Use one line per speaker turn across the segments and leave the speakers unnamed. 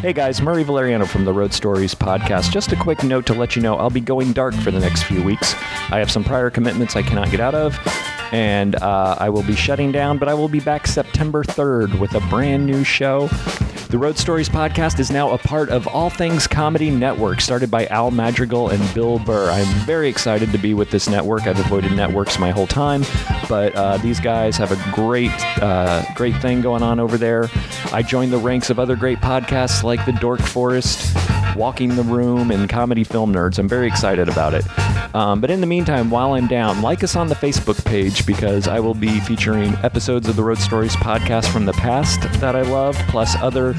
Hey guys, Murray Valeriano from the Road Stories podcast. Just a quick note to let you know I'll be going dark for the next few weeks. I have some prior commitments I cannot get out of, and uh, I will be shutting down, but I will be back September 3rd with a brand new show. The Road Stories podcast is now a part of All Things Comedy Network, started by Al Madrigal and Bill Burr. I'm very excited to be with this network. I've avoided networks my whole time, but uh, these guys have a great, uh, great thing going on over there. I joined the ranks of other great podcasts like The Dork Forest, Walking the Room, and Comedy Film Nerds. I'm very excited about it. Um, but in the meantime, while I'm down, like us on the Facebook page because I will be featuring episodes of the Road Stories podcast from the past that I love, plus other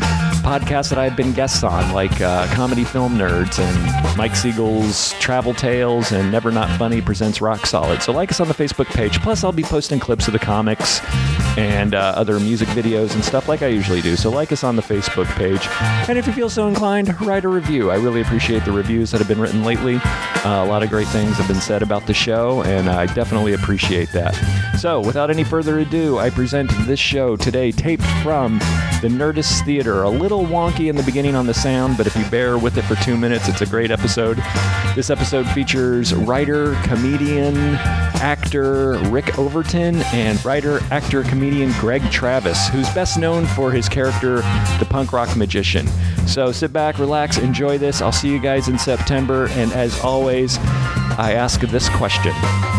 podcasts that I've been guests on, like uh, Comedy Film Nerds and Mike Siegel's Travel Tales and Never Not Funny presents Rock Solid. So like us on the Facebook page. Plus, I'll be posting clips of the comics and uh, other music videos and stuff like I usually do. So like us on the Facebook page. And if you feel so inclined, write a review. I really appreciate the reviews that have been written lately. Uh, a lot of great things have been said about the show, and I definitely appreciate that. So without any further ado, I present this show today, taped from the Nerdist Theater. A little wonky in the beginning on the sound, but if you bear with it for two minutes, it's a great episode. This episode features writer, comedian, actor Rick Overton and writer, actor, comedian Greg Travis, who's best known for his character, the punk rock magician. So sit back, relax, enjoy this. I'll see you guys in September. And as always, I ask this question.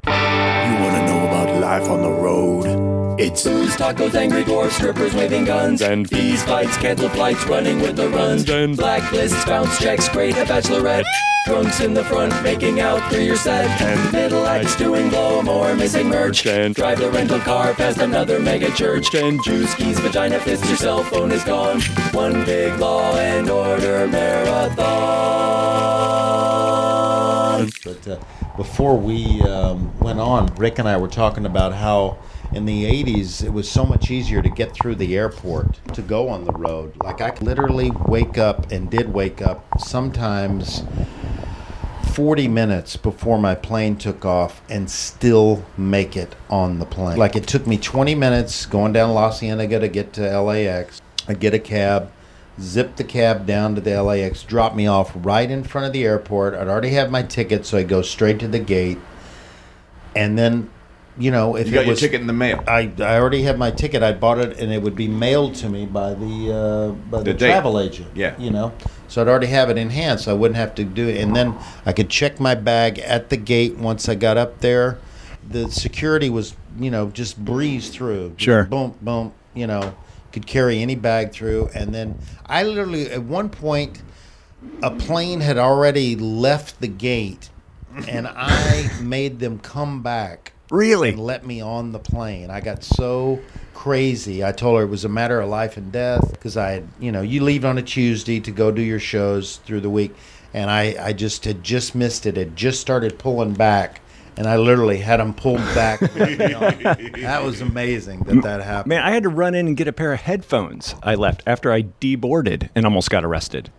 You want to know about life on the road? It's
Booze, tacos, angry dwarfs, strippers waving guns,
And-
bees fights, candle flights, running with the runs,
And-
blacklists, bounce checks, great a bachelorette, drunks in the front, making out through your set, and middle acts doing blow more, missing merch,
And-
drive the rental car past another mega church,
And-
juice keys, vagina fist, your cell phone is gone, one big law and order marathon.
But uh, before we um, went on, Rick and I were talking about how in the 80s it was so much easier to get through the airport to go on the road. Like I could literally wake up and did wake up sometimes 40 minutes before my plane took off and still make it on the plane. Like it took me 20 minutes going down Los Angeles to get to LAX. I get a cab, zip the cab down to the LAX, drop me off right in front of the airport. I'd already have my ticket, so I go straight to the gate. And then, you know, if
You
it
got your
was,
ticket in the mail.
I, I already had my ticket. I bought it, and it would be mailed to me by the uh, by the,
The date.
travel agent.
Yeah.
you know, so I'd already have it in hand, so I wouldn't have to do it. And then I could check my bag at the gate once I got up there. The security was, you know, just breeze through. Just
Sure.
boom, boom. You know, could carry any bag through. And then I literally at one point a plane had already left the gate and I made them come back.
Really?
And let me on the plane. I got so crazy. I told her it was a matter of life and death because I had, you know, you leave on a Tuesday to go do your shows through the week. And I, I just had just missed it. It just started pulling back. And I literally had them pulled back. let me on. that was amazing that that happened.
Man, I had to run in and get a pair of headphones. I left after I deboarded and almost got arrested.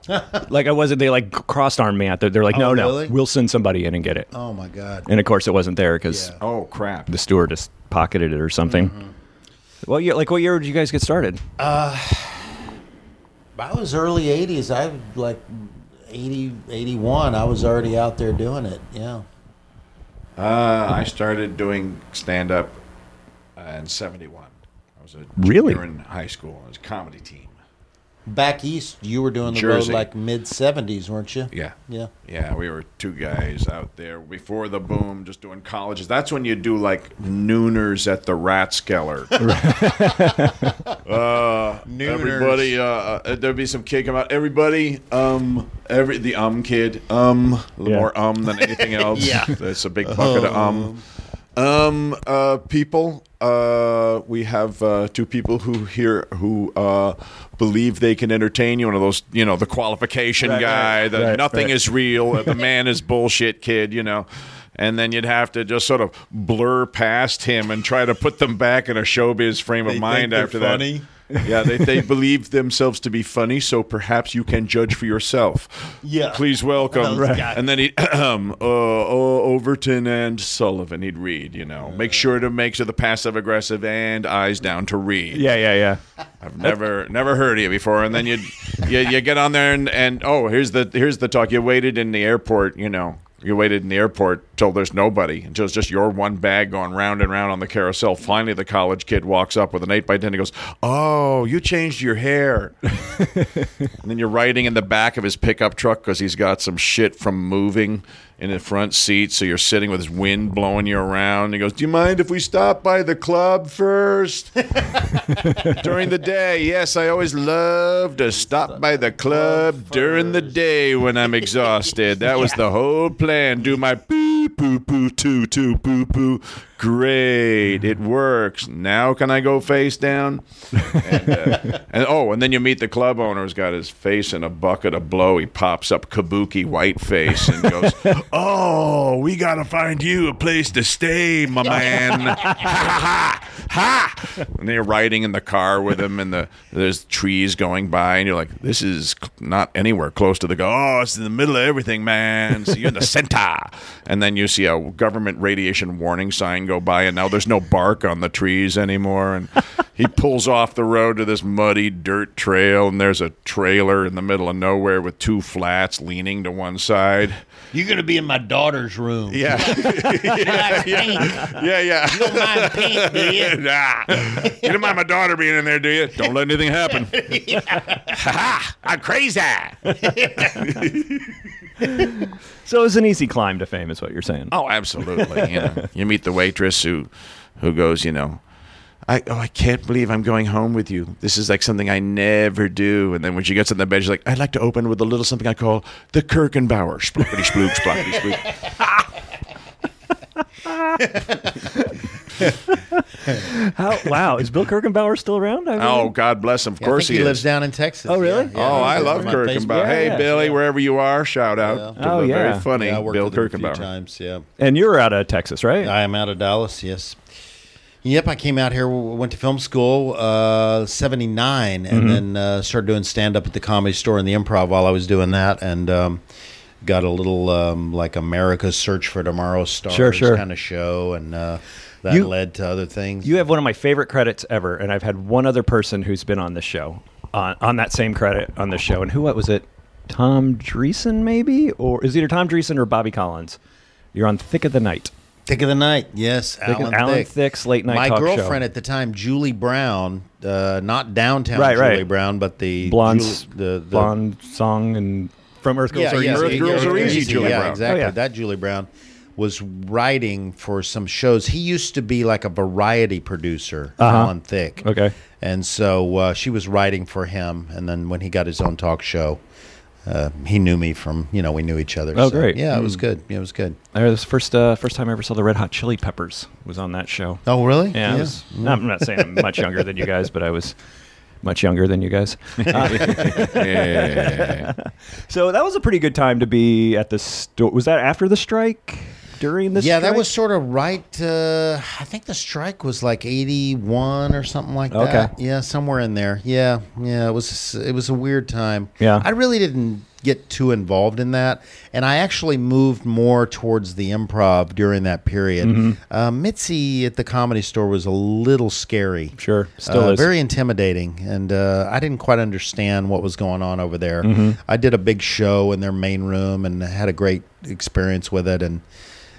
like I wasn't. They like crossed armed me out there. They're like, no,
Oh,
no,
really?
we'll send somebody in and get it.
oh my God.
And of course, it wasn't there because
Yeah. Mm-hmm.
Oh crap!
the stewardess pocketed it or something. Well, yeah, like what year did you guys get started?
I was early 80s. I was like 80, 81. I was already out there doing it. Yeah.
Uh, I started doing stand up uh, in '71. I was a
Really?
junior in high school. I was a comedy team.
Back east, you were doing the
Jersey.
road like mid 70s, weren't you?
Yeah.
Yeah.
Yeah, we were two guys out there before the boom, just doing colleges. That's when you do like nooners at the Ratskeller. uh,
Nooners.
Everybody, uh, uh, there'd be some kid come out. Everybody, um, every the um kid, um, a little
Yeah.
more um than anything else. yeah, it's a big bucket of um. Um, uh, people, uh, we have uh, two people who here who uh, believe they can entertain you. One of those, you know, the qualification guy, the
right,
nothing
right.
is real, the man is bullshit kid, you know. And then you'd have to just sort of blur past him and try to put them back in a showbiz frame of
They think
mind
they're
after
funny.
that. yeah, they, they believe themselves to be funny, so perhaps you can judge for yourself.
Yeah.
Please welcome.
Those guys.
And then he, um, uh, oh, Overton and Sullivan, he'd read, you know. Make sure to make sure the passive aggressive and eyes down to read.
Yeah, yeah, yeah.
I've never never heard of you before. And then you'd you, you get on there and, and oh here's the here's the talk. You waited in the airport, you know. You waited in the airport till there's nobody, until it's just your one bag going round and round on the carousel. Finally, the college kid walks up with an eight by ten and goes, "Oh, you changed your hair." And then you're riding in the back of his pickup truck because he's got some shit from moving in the front seat. So you're sitting with his wind blowing you around. He goes, Do you mind if we stop by the club first? during the day, yes, I always love to stop by the club during the day when I'm exhausted. That was the whole plan. Do my poo, poo, poo, too, too, poo, poo. Great. It works. Now can I go face down? And oh, and then you meet the club owner who's got his face in a bucket of blow. He pops up kabuki white face and goes, "Oh, we gotta find you a place to stay, my man." ha ha ha ha! And they're riding in the car with him, and the there's trees going by, and you're like, "This is c- not anywhere close to the go." Oh, it's in the middle of everything, man. So you're in the center, and then you see a government radiation warning sign go by, and now there's no bark on the trees anymore, and. He pulls off the road to this muddy dirt trail, and there's a trailer in the middle of nowhere with two flats leaning to one side.
You're gonna be in my daughter's room.
Yeah,
yeah,
yeah, yeah.
Mine pink, do you?
nah. You don't mind my daughter being in there, do you? Don't let anything happen. Ha ha! I'm crazy.
So it was an easy climb to fame, is what you're saying.
Oh, absolutely. You, know, you meet the waitress who, who goes, you know, I oh I can't believe I'm going home with you. This is like something I never do. And then when she gets in the bed, she's like, I'd like to open with a little something I call the Kirkenbauer. Splookity splook, splookity splook.
How, Oh, wow, is Bill Kirkenbauer still around? I mean,
Oh, God bless him. Of
I
course
think he,
is.
lives down in Texas.
Oh, really?
Yeah, yeah.
Oh, I
He's
love
on my Facebook.
Kirkenbauer. hey,
Yeah,
Billy, wherever you are, shout out
Yeah.
to
Oh,
the
yeah.
very funny
Yeah, I worked
Bill
with him a few
Kirkenbauer.
times. Yeah,
and you're out of Texas, right?
I am out of Dallas. Yes. Yep, I came out here, w- went to film school, uh, 79, and
Mm-hmm.
then uh, started doing stand up at the comedy store and the improv while I was doing that. And um, got a little um, like America's Search for Tomorrow Stars
Sure, sure.
kind of show. And uh, that
You-
led to other things.
You have one of my favorite credits ever, and I've had one other person who's been on this show, on, on that same credit on this show. And who what was it? Tom Dreesen, maybe? Or is either Tom Dreesen or Bobby Collins? You're on Thick of the Night.
Thick of the Night, yes.
of-
Alan,
Alan
Thick.
Thick's late night
My
talk show.
girlfriend at the time, Julie Brown, uh, not downtown
Right,
Julie
right.
Brown, but the
Blonde,
Julie- the, the
blonde song and from Earth Girls Are Easy.
Earth Girls Are Easy, Julie
yeah,
Brown.
Exactly.
Oh, yeah.
That Julie Brown was writing for some shows. He used to be like a variety producer, Alan Thick.
Uh-huh. Okay.
And so uh, she was writing for him. And then when he got his own talk show, uh, he knew me from, you know, we knew each other.
Oh,
So,
great.
Yeah, it was good. Yeah, it was good.
I was first uh, first time I ever saw the Red Hot Chili Peppers was on that show.
Oh, really?
Yeah, I was, I'm not saying I'm much younger than you guys, but I was much younger than you guys. Uh,
Yeah.
So that was a pretty good time to be at the store. Was that after the strike? During the
yeah, that
strike?
was sort of right. Uh, I think the strike was like '81 or something like
Okay.
that. Yeah, somewhere in there. Yeah, yeah. It was it was a weird time.
Yeah.
I really didn't get too involved in that, and I actually moved more towards the improv during that period.
Mm-hmm.
Uh, Mitzi at the Comedy Store was a little scary.
Sure. Still
Uh,
is.
very intimidating, and uh, I didn't quite understand what was going on over there. I did a big show in their main room and had a great experience with it, and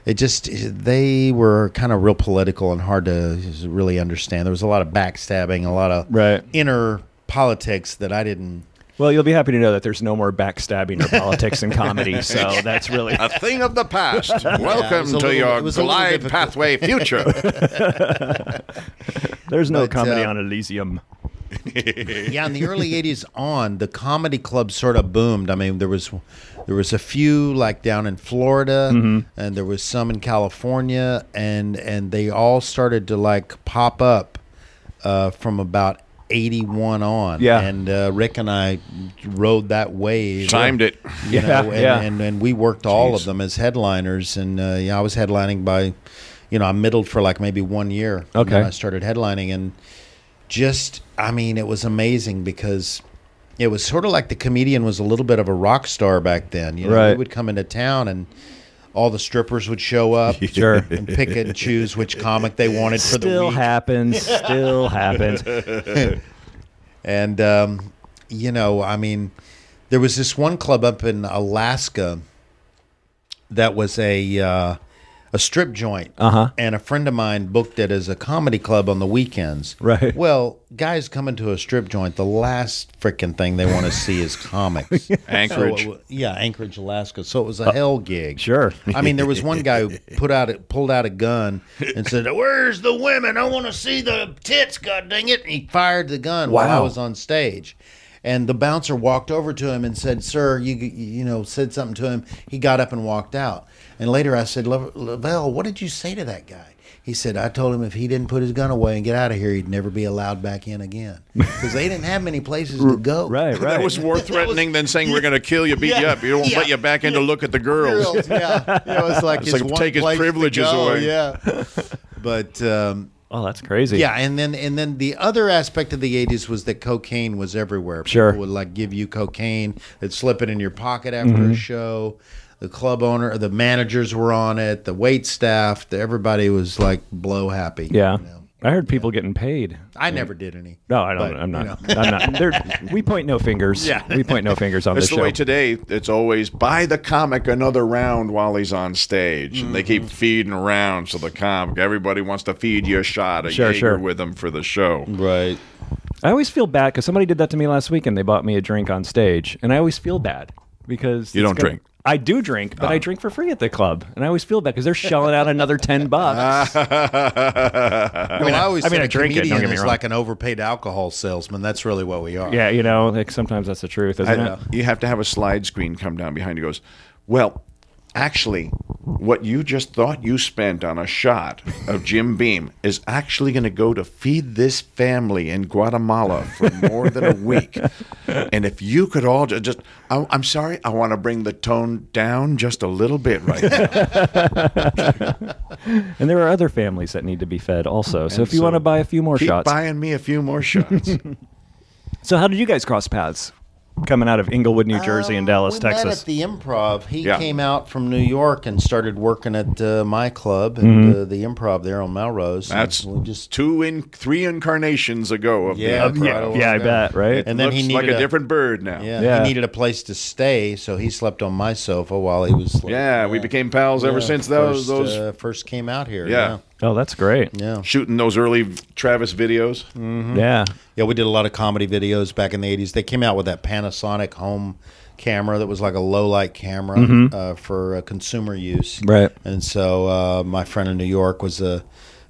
it just they were kind of real political and hard to really understand. There was a lot of backstabbing, a lot of
Right.
inner politics that I didn't.
Well, you'll be happy to know that there's no more backstabbing or politics in comedy. So that's really
Uh,
A thing of the past.
it
Welcome
was
to
a little-
your
it was a little
glide
difficult.
pathway future.
there's no
But,
comedy
uh,
on Elysium.
Yeah, in the early '80s on, the comedy club sort of boomed. I mean, there was there was a few like down in Florida, and there was some in California, and and they all started to like pop up uh, from about. 81 on
Yeah.
and uh, rick and i rode that wave
Timed it.
you
Yeah,
know, and,
yeah.
and, and we worked all of them as headliners, and uh, yeah, I was headlining by, you know, I middled for like maybe one year. and then
Okay.
I started headlining, and just, I mean, it was amazing because it was sort of like the comedian was a little bit of a rock star back then. You know, we
Right.
would come into town and. All the strippers would show up
Sure.
and pick and choose which comic they wanted for the
Still
week.
happens. Still happens.
And um, you know, I mean, there was this one club up in Alaska that was a uh, a strip joint, uh-huh. and a friend of mine booked it as a comedy club on the weekends.
Right.
Well, guys coming to a strip joint, the last freaking thing they want to see is comics.
Anchorage.
So it wa- yeah, Anchorage, Alaska. So it was a hell gig.
Uh, sure.
I mean, there was one guy who put out a, pulled out a gun and said, "Where's the women? I want to see the tits. God dang it!" And he fired the gun while I
Wow.
was on stage. And the bouncer walked over to him and said, "Sir, you you know said something to him." He got up and walked out. And later, I said, "Lave- "Lavelle, what did you say to that guy?" He said, "I told him if he didn't put his gun away and get out of here, he'd never be allowed back in again because they didn't have many places to go."
Right, right.
That was more threatening than saying we're going to kill you, beat you up. You don't let you back in to look at the girls.
girls. Yeah, You know, it's like
It's
his
like
one
take his
place to
privileges
go,
away.
Yeah, but um,
oh, that's crazy.
yeah, and then and then the other aspect of the '80s was that cocaine was everywhere.
Sure.
People would like give you cocaine, they'd slip it in your pocket after
Mm-hmm.
a show. The club owner, the managers were on it. The wait staff, the, everybody was like blow happy.
Yeah.
you know.
I heard people getting paid.
I never did any.
No, I don't.
But,
I'm
you
not. I'm not. There- we point no fingers.
Yeah.
We point no fingers on
That's
this
the
show.
way today. It's always buy the comic another round while he's on stage, and they keep feeding rounds to the comic. Everybody wants to feed you a shot, a
Sure,
Jaeger
sure.
with them for the show.
Right.
I always feel bad because somebody did that to me last week and they bought me a drink on stage, and I always feel bad because
You
it's
don't
gonna-
drink. Uh-huh.
I do drink, but I drink for free at the club, and I always feel bad because they're shelling out another ten bucks.
Ah.
I mean, I always
I mean,
said
I
a
drink it, don't
comedian
get me
is
wrong.
like an overpaid alcohol salesman. That's really what we are.
yeah, you know, like sometimes that's the truth, isn't
I-
it?
you have to have a slide screen come down behind you. Goes, well, actually, what you just thought you spent on a shot of Jim Beam is actually going to go to feed this family in Guatemala for more than a week. And if you could all just, just I, I'm sorry, I want to bring the tone down just a little bit right now.
And there are other families that need to be fed also. So if you want to buy a few more
Keep
shots,
buying me a few more shots.
so how did you guys cross paths? Coming out of Inglewood, New Jersey, and Dallas,
Uh, we
Texas.
Met at the Improv. He
Yeah.
came out from New York and started working at uh, my club and
Mm-hmm.
uh, the Improv there on Melrose. And
That's
we just
two in three incarnations ago of
Yeah,
the.
Right
yeah,
along
yeah, I
there.
bet, right?
And then he
Looks like
needed
a
a-
different bird now.
yeah,
Yeah.
He needed a place to stay, so he slept on my sofa while he was. Sleeping.
Yeah, we became pals ever
Yeah,
since those
first,
those
uh, first came out here.
Yeah.
oh, that's great.
yeah, yeah,
shooting those early Travis videos.
Mm-hmm.
Yeah.
Yeah, We did a lot of comedy videos back in the '80s. They came out with that Panasonic home camera that was like a low light camera uh, for uh, consumer use.
Mm-hmm. Right.
And so uh, my friend in New York was a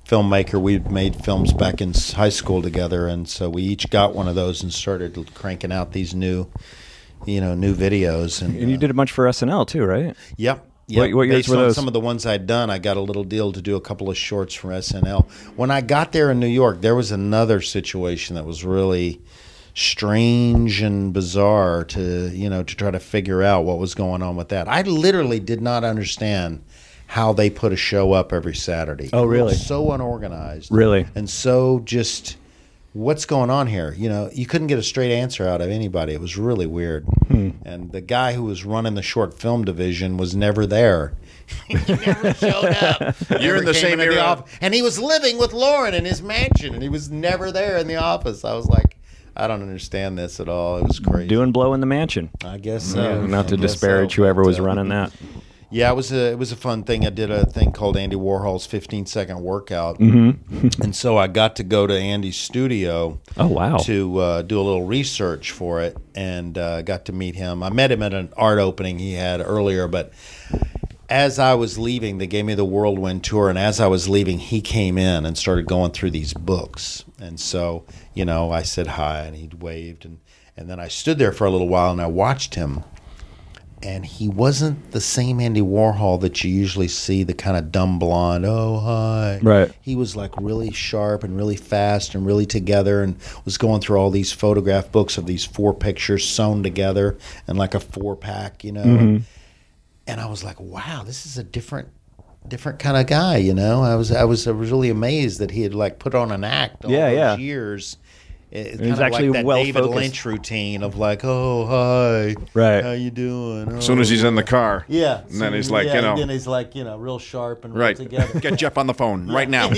filmmaker. We made films back in s- high school together, and so we each got one of those and started cranking out these new, you know, new videos. And,
And you
uh,
did a bunch for SNL too, right?
Yep. Yep.
What- what years
Based
were
on
those?
some of the ones I'd done, I got a little deal to do a couple of shorts for SNL. When I got there in New York, there was another situation that was really strange and bizarre to you know to try to figure out what was going on with that. I literally did not understand how they put a show up every Saturday.
Oh, really?
It was so unorganized.
Really?
And so just what's going on here? You know, you couldn't get a straight answer out of anybody. It was really weird.
Hmm.
And the guy who was running the short film division was never there.
Mm.
You're in
Never
the
came
same
into
era.
off- and he was living with Lauren in his mansion, and he was never there in the office. I was like, I don't understand this at all. It was crazy.
Doing blow in the mansion.
I guess so.
Not to
I guess
disparage
so.
whoever was
But, uh,
running that.
Yeah, it was a it was a fun thing. I did a thing called Andy Warhol's 15 second workout, and so I got to go to Andy's studio.
Mm-hmm. Oh, wow.
To uh, do a little research for it, and uh, got to meet him. I met him at an art opening he had earlier, but as I was leaving, they gave me the whirlwind tour, and as I was leaving, he came in and started going through these books. And so, you know, I said hi, and he waved, and and then I stood there for a little while, and I watched him and he wasn't the same Andy Warhol that you usually see, the kind of dumb blonde, oh hi.
Right.
He was like really sharp and really fast and really together and was going through all these photograph books of these four pictures sewn together and like a four pack, you know.
Mm-hmm.
And I was like, wow, this is a different different kind of guy, you know. I was I was really amazed that he had like put on an act all
Yeah,
those
yeah.
years It's
was
kinda
actually
like that
well
David
focused.
Lynch routine of like, oh hi,
Right.
how you doing? Uh,
As soon as he's in the car.
yeah,
And then he's
soon-
like,
yeah,
you
and then
know,
he's like, you know, real sharp and
right.
right together.
Get Jeff on the phone right now.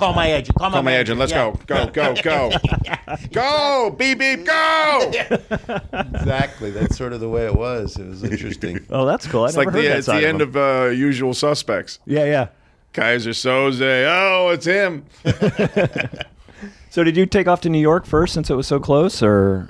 Call my agent. Call my,
Call my agent. Let's
Yeah,
go. Go, go, go. Go. Beep, beep, go.
Exactly. That's sort of the way it was. It was interesting.
Oh, that's cool. I
It's
never
like
heard that
the, it's
side
the end
him.
of uh, Usual Suspects.
yeah, yeah.
Kaiser Soze. Oh, it's him.
So did you take off to New York first since it was so close, or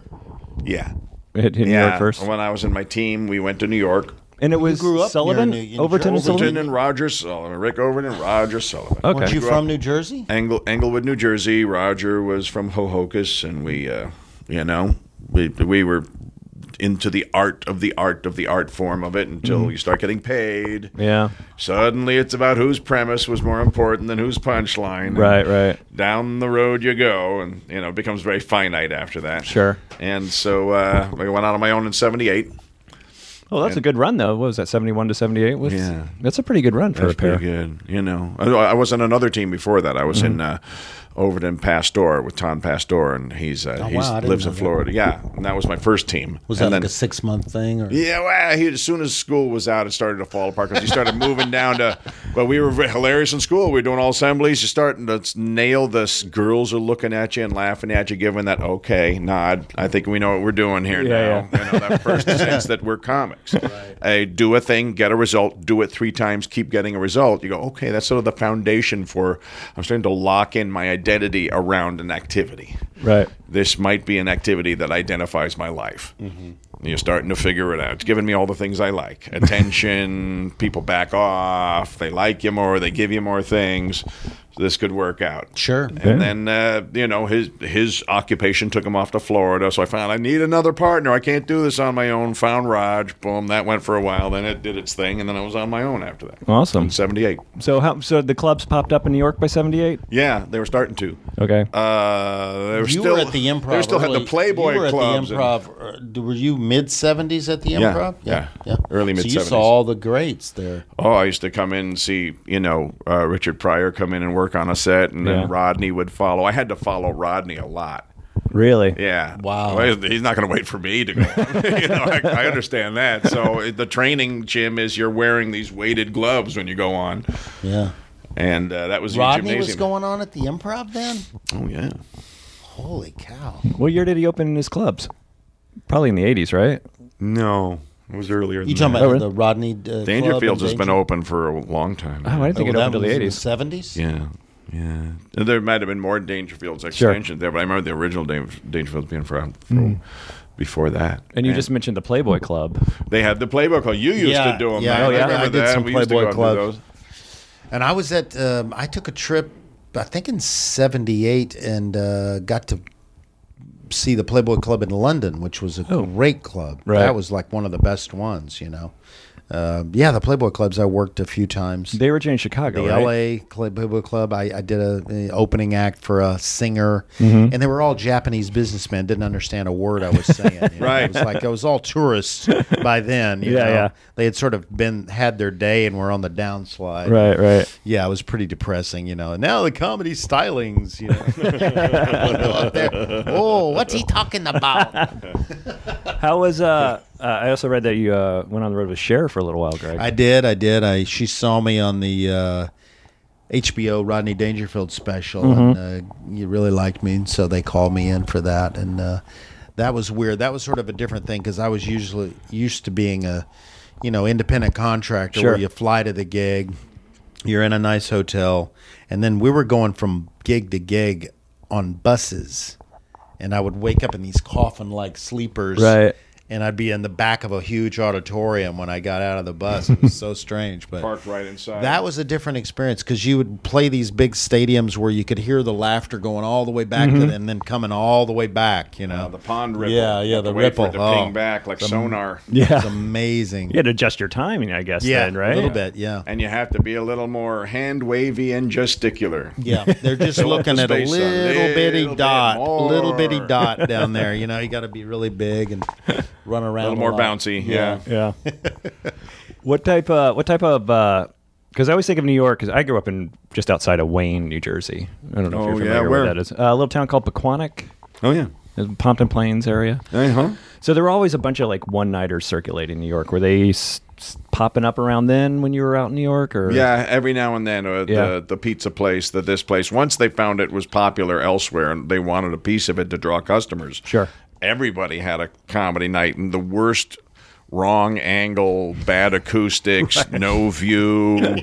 Yeah.
hit, hit New
Yeah.
York first?
When I was in my team, we went to New York.
And it was
grew up near
Sullivan,
New- in
Overton, and
Charleston.
Sullivan.
Overton and Roger Sullivan. Rick Overton and Roger Sullivan.
Okay.
Weren't you
Grew
from
up-
New Jersey?
Engle, Englewood, New Jersey. Roger was from Hohokus, and we, uh, you know, we we were into the art of the art of the art form of it until you start getting paid.
Mm-hmm. Yeah.
Suddenly, it's about whose premise was more important than whose punchline.
Right, right.
Down the road you go, and you know it becomes very finite after that.
Sure.
And so uh, I went out on my own in '78.
Oh, that's a good run though. What was that, seventy one to seventy eight?
Yeah.
That's a pretty good run for
That's
a pair.
pretty good. You know, I, I was on another team before that. I was
Mm-hmm.
in uh, Overton Pastor with Tom Pastor, and he's uh, he's
Oh, wow, I didn't
lives
know
in
that.
Florida. Yeah, and that was my first team.
Was that
and
like a six month thing? Or
yeah, well, he, as soon as school was out, it started to fall apart because he started moving down to. Well, we were v- hilarious in school. We were doing all assemblies. You're starting to s- nail this. Girls are looking at you and laughing at you, giving that okay nod. I think we know what we're doing here
Yeah,
now. You know, that first sense that we're comics. I do a thing, get a result, do it three times, keep getting a result. You go, okay, that's sort of the foundation for. I'm starting to lock in my identity around an activity
Right.
this might be an activity that identifies my life. You're starting to figure it out. It's giving me all the things I like attention, people back off, they like you more, they give you more things. this could work out.
Sure.
And then uh, you know his his occupation took him off to Florida, so I found I need another partner. I can't do this on my own. Found Raj, boom, that went for a while. Then it did its thing, and then I was on my own after that.
Awesome.
In '78,
So how so the clubs popped up in New York by seventy eight?
yeah, they were starting to.
Okay.
Uh, they were
You
still
were at the improv.
They still had
early-
the Playboy
you were
clubs.
At the
and-
improv. uh, Were you mid seventies at the improv?
yeah. Early
So you
mid-seventies.
saw all the greats there.
Oh, I used to come in and see, you know, uh, Richard Pryor come in and work on a set, and
Yeah.
then Rodney would follow. I had to follow Rodney a lot.
really?
Yeah.
Wow.
Well, he's not going to wait for me to go. you know, I, I understand that. So it- the training, Jim, is you're wearing these weighted gloves when you go on,
Yeah.
and uh, that was your
Rodney
gymnasium.
was going on at the improv then.
oh yeah.
Holy cow!
Mm-hmm.
What year did he open his clubs? Probably in the eighties, right? Oh,
No, it was earlier.
You
Than
talking
that.
about
really?
the Rodney? Uh,
Dangerfields has been open for a long time.
Oh, I didn't think it opened till the eighties.
Seventies.
Yeah, yeah. There might have been more Dangerfields extensions there, but I remember the original Dan- Dangerfields being from from before that.
And you just mentioned the Playboy Club.
they had the Playboy Club. You used
Yeah,
to do them.
yeah,
man.
oh, yeah.
I remember
I
did
that.
some
we used to go
Playboy
out and do
clubs.
those.
And I was at, um, I took a trip, I think in 78, and uh, got to see the Playboy Club in London, which was a great club.
Oh. Right.
That was like one of the best ones, you know. Um yeah, the Playboy Clubs I worked a few times.
They were in Chicago,
the
right?
LA Cl- Playboy Club, I, I did a, a opening act for a singer,
Mm-hmm.
and they were all Japanese businessmen. Didn't understand a word I was saying. you know.
Right.
it was like I was all tourists by then. you
Yeah,
know.
yeah.
They had sort of been had their day and were on the downslide
Right, right.
yeah, it was pretty depressing, you know. And now the comedy stylings, you know. Up there. Oh, what's he talking about?
How was uh, uh I also read that you uh went on the road with Cher for a little while, Greg.
I did, I did. I she saw me on the uh, HBO Rodney Dangerfield special,
Mm-hmm.
and uh, you really liked me, and so they called me in for that, and uh, that was weird. That was sort of a different thing because I was usually used to being a, you know, independent contractor
Sure.
where you fly to the gig, you're in a nice hotel, and then we were going from gig to gig on buses, and I would wake up in these coffin-like sleepers,
Right.
And I'd be in the back of a huge auditorium when I got out of the bus. It was so strange, but
Parked right inside.
that was a different experience because you would play these big stadiums where you could hear the laughter going all the way back to the, and then coming all the way back. You know,
Uh, the pond ripple.
Yeah, yeah,
You have
the
to wait for it
ripple.
to ping
Oh.
back like sonar.
yeah.
it's amazing.
You had to adjust your timing, I guess,
yeah,
then, right?
a little bit. Yeah,
And you have to be a little more hand wavy and gesticular.
yeah. They're just
Fill up the
looking at a
space a
little bitty
little bit
dot,
more.
little bitty dot down there. You know, you got to be really big and run around
A little more
lot.
bouncy. Yeah.
Yeah. what type? Uh, what type of uh, Because I always think of New York. Because I grew up in just outside of Wayne, New Jersey. I don't know if
Oh,
you're
yeah,
familiar with
where?
that is. Uh, a little town called Pequannock,
Oh yeah.
in Pompton Plains area.
Uh huh.
So there were always a bunch of like one nighters circulating in New York. Were they s- s- popping up around then when you were out in New York? Or
Yeah, every now and then, uh,
Yeah.
the the pizza place, the this place. Once they found it was popular elsewhere, and they wanted a piece of it to draw customers.
Sure.
everybody had a comedy night, and the worst. Wrong angle, bad acoustics, no view,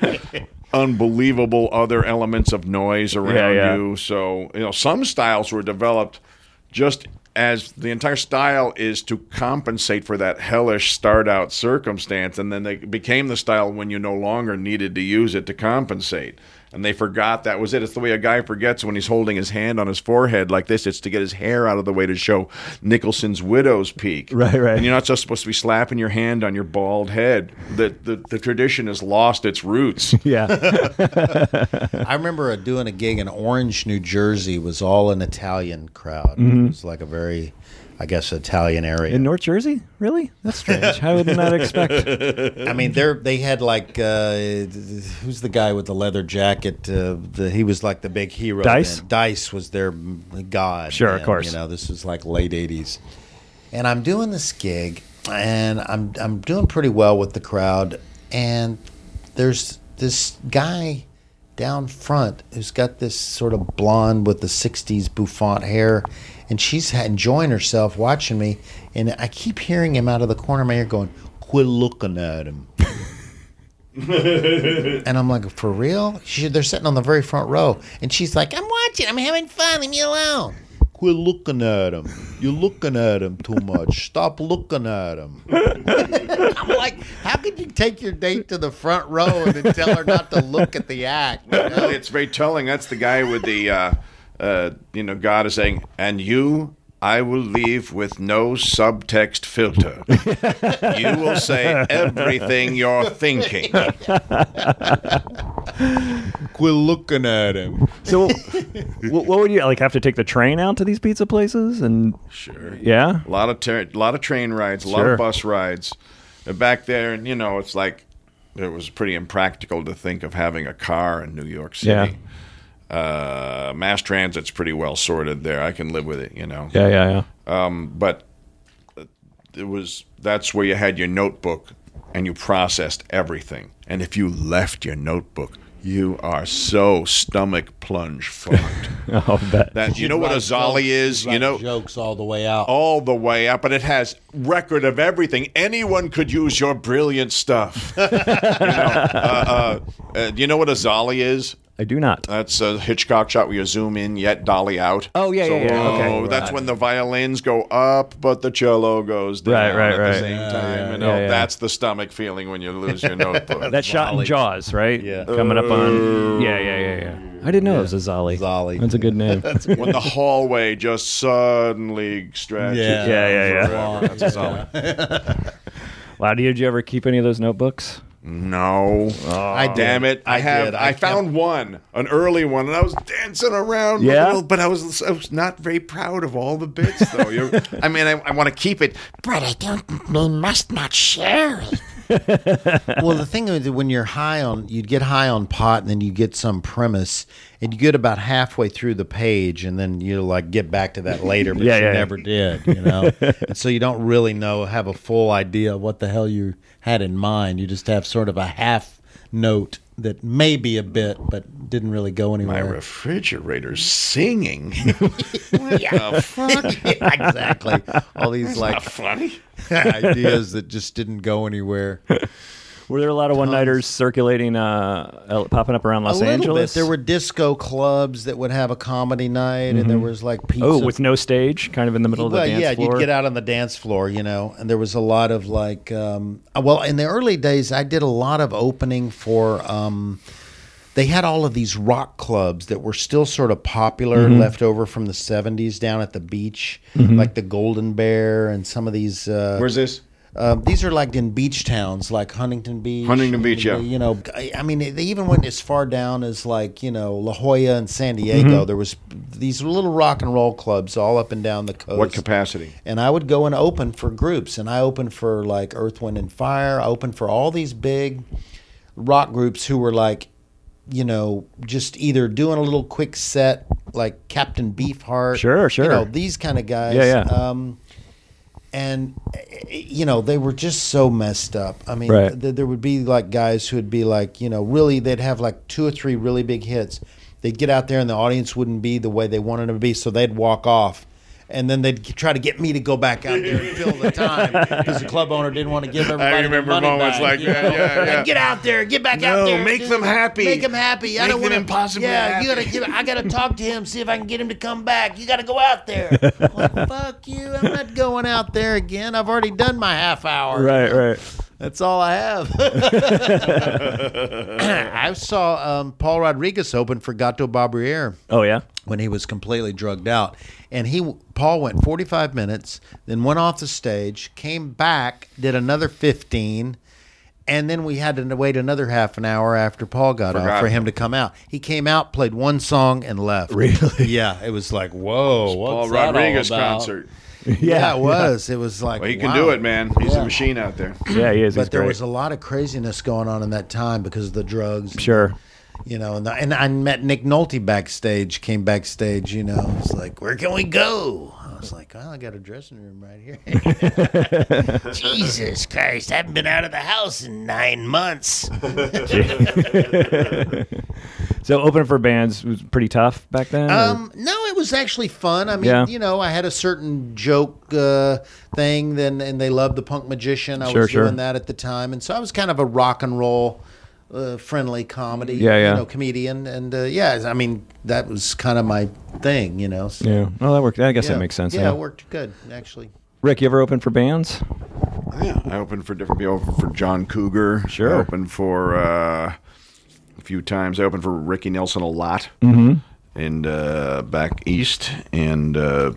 unbelievable other elements of noise around
Yeah, yeah.
you. So, you know, some styles were developed just as the entire style is to compensate for that hellish start out circumstance. And then they became the style when you no longer needed to use it to compensate. And they forgot that was it. It's the way a guy forgets when he's holding his hand on his forehead like this. It's to get his hair out of the way to show Nicholson's widow's peak.
Right, right.
And you're not just supposed to be slapping your hand on your bald head. The, the, the tradition has lost its roots.
yeah,
I remember uh, doing a gig in Orange, New Jersey. was all an Italian crowd. It was like a very, I guess, Italian area.
Mm-hmm. in North Jersey. Really? That's strange. I would not expect.
I mean, they they had like uh, who's the guy with the leather jacket? Uh, the, he was like the big hero.
Dice?
then. Dice was their god.
Sure, of
then,
course.
You know, this was like late '80s, and I'm doing this gig, and I'm I'm doing pretty well with the crowd, and there's this guy down front who's got this sort of blonde with the 60s bouffant hair and she's ha- enjoying herself watching me and i keep hearing him out of the corner of my ear going quit looking at him and I'm like, for real? She, they're sitting on the very front row. And she's like, I'm watching. I'm having fun. Leave me alone. Quit looking at him. You're looking at him too much. Stop looking at him. I'm like, how could you take your date to the front row and then tell her not to look at the act? you know?
it's very telling. That's the guy with the, uh, uh, you know, God is saying, and you. I will leave with no subtext filter. you will say everything you're thinking.
Quit looking at him.
So, wh- what would you like? Have to take the train out to these pizza places and
Sure.
yeah,
A lot of ter- a lot of train rides, a lot
Sure.
of bus rides. And back there, and you know, it's like it was pretty impractical to think of having a car in New York City. Uh, mass transit's pretty well sorted there. I can live with it, you know.
yeah, yeah, yeah.
but it was that's where you had your notebook and you processed everything. And if you left your notebook, you are so stomach plunge fucked.
I'll bet.
that you know what a
Write
zolly
jokes-
is, you
write
know,
jokes all the way out.
all the way up, but it has record of everything. Anyone could use your brilliant stuff. you, know? Uh, uh, uh, you know what a zolly is?
I do not.
Uh,
That's a Hitchcock shot where you zoom in yet dolly out.
Oh, yeah, yeah, yeah, okay.
oh, that's when the violins go up, but the cello goes down
Right, right,
at
right.
the same
Yeah,
time.
yeah,
you know,
yeah, yeah.
that's the stomach feeling when you lose your notebook.
That shot in
Zolly.
Jaws, right?
Yeah. Uh,
Coming up on. Yeah, yeah, yeah, yeah. I didn't know it was a Zolly.
Zolly.
That's a good name.
when the hallway just suddenly stretches.
Yeah.
Yeah, yeah, yeah.
forever. That's a zolly.
wow, did you ever keep any of those notebooks?
No.
Oh.
I did.
Damn it! I, have.
did.
I,
kept-
found one, an early one, and I was dancing around.
Yeah?
Yeah, but I was I was not very proud of all the bits though. You're, I mean, I, I want to keep it.
But I don't, we must not share it.
well, the thing is, that when you're high on, you'd get high on pot, and then you get some premise, and you get about halfway through the page, and then you like get back to that later, but
Yeah,
you
yeah, yeah.
never did, you know. and so you don't really know, have a full idea of what the hell you had in mind. You just have sort of a half note that may be a bit, but didn't really go
My
anywhere.
refrigerator's singing. what the fuck?
Yeah, exactly. All these like
Funny.
ideas that just didn't go anywhere.
Were there a lot of one nighters circulating, uh, el- popping up around Los
a little
Angeles?
bit. There were disco clubs that would have a comedy night, and there was like pizza.
Oh, with no stage, kind of in the middle
well,
of the dance
yeah,
floor.
you'd get out on the dance floor, you know, and there was a lot of like, um, uh, well, in the early days, I did a lot of opening for. Um, they had all of these rock clubs that were still sort of popular,
Mm-hmm.
left over from the '70s down at the beach, like the Golden Bear and some of these. Uh,
Where's this?
um, these are like in beach towns, like Huntington Beach.
Huntington Beach, yeah.
You know, I, I mean, they even went as far down as like you know La Jolla and San Diego. There was these little rock and roll clubs all up and down the coast.
What capacity?
And I would go and open for groups, and I opened for like Earth, Wind, and Fire. I opened for all these big rock groups who were like, you know, just either doing a little quick set like Captain Beefheart,
Sure, sure.
you know, these kind of guys,
Yeah, yeah.
Um, and eh, you know they were just so messed up. I mean,
Right.
th- there would be like guys who would be like, you know, really they'd have like two or three really big hits. They'd get out there and the audience wouldn't be the way they wanted them to be, so they'd walk off. And then they'd g- try to get me to go back out there and fill the time because the club owner didn't want to give everybody. their
remember
money
moments
back,
like
you
that,
know?
yeah,
Like,
yeah.
get out there, get back out
No,
there.
make them happy.
Make them happy. I
Make
don't
them
want
impossibly
Yeah,
happy.
you gotta give. I gotta talk to him, see if I can get him to come back. You gotta go out there. I'm like, Fuck you! I'm not going out there again. I've already done my half hour.
Right, right.
That's all I have. I saw um, Paul Rodriguez open for Gato Barbier
Oh yeah.
when he was completely drugged out, and he Paul went 45 minutes, then went off the stage, came back, did another 15, and then we had to wait another half an hour after Paul got
Forgot.
off for him to come out. He came out, played one song, and left. Really? Yeah, it was like whoa,
Paul
what's that all
Rodriguez
about?
concert.
Yeah, it was. It was like
Well, he can
wow.
do it, man. He's a machine out there.
Yeah, he is. He's
But there
great.
was a lot of craziness going on in that time because of the drugs.
sure.
you know, and, the, and I met Nick Nolte backstage. Came backstage, you know, it's like, where can we go? I was like, well, I got a dressing room right here.
Jesus Christ, I haven't been out of the house in nine months.
So opening for bands was pretty tough back then. or-
um, no, it was actually fun. I mean,
Yeah.
you know, I had a certain joke uh, thing, then and they loved the punk magician. I
Sure,
was
sure.
doing that at the time, and so I was kind of a rock and roll. Uh, friendly comedy,
Yeah, yeah.
you know, comedian, and uh, yeah, I mean that was kind of my thing, you know. So,
yeah. Well, that worked. I guess
yeah.
that makes sense.
Yeah, it worked good actually.
Rick, you ever open for bands?
Yeah, I opened for different people. I opened for John Cougar.
Sure.
I opened for uh, a few times. I opened for Ricky Nelson a lot.
Mm-hmm.
And uh, back east, and uh,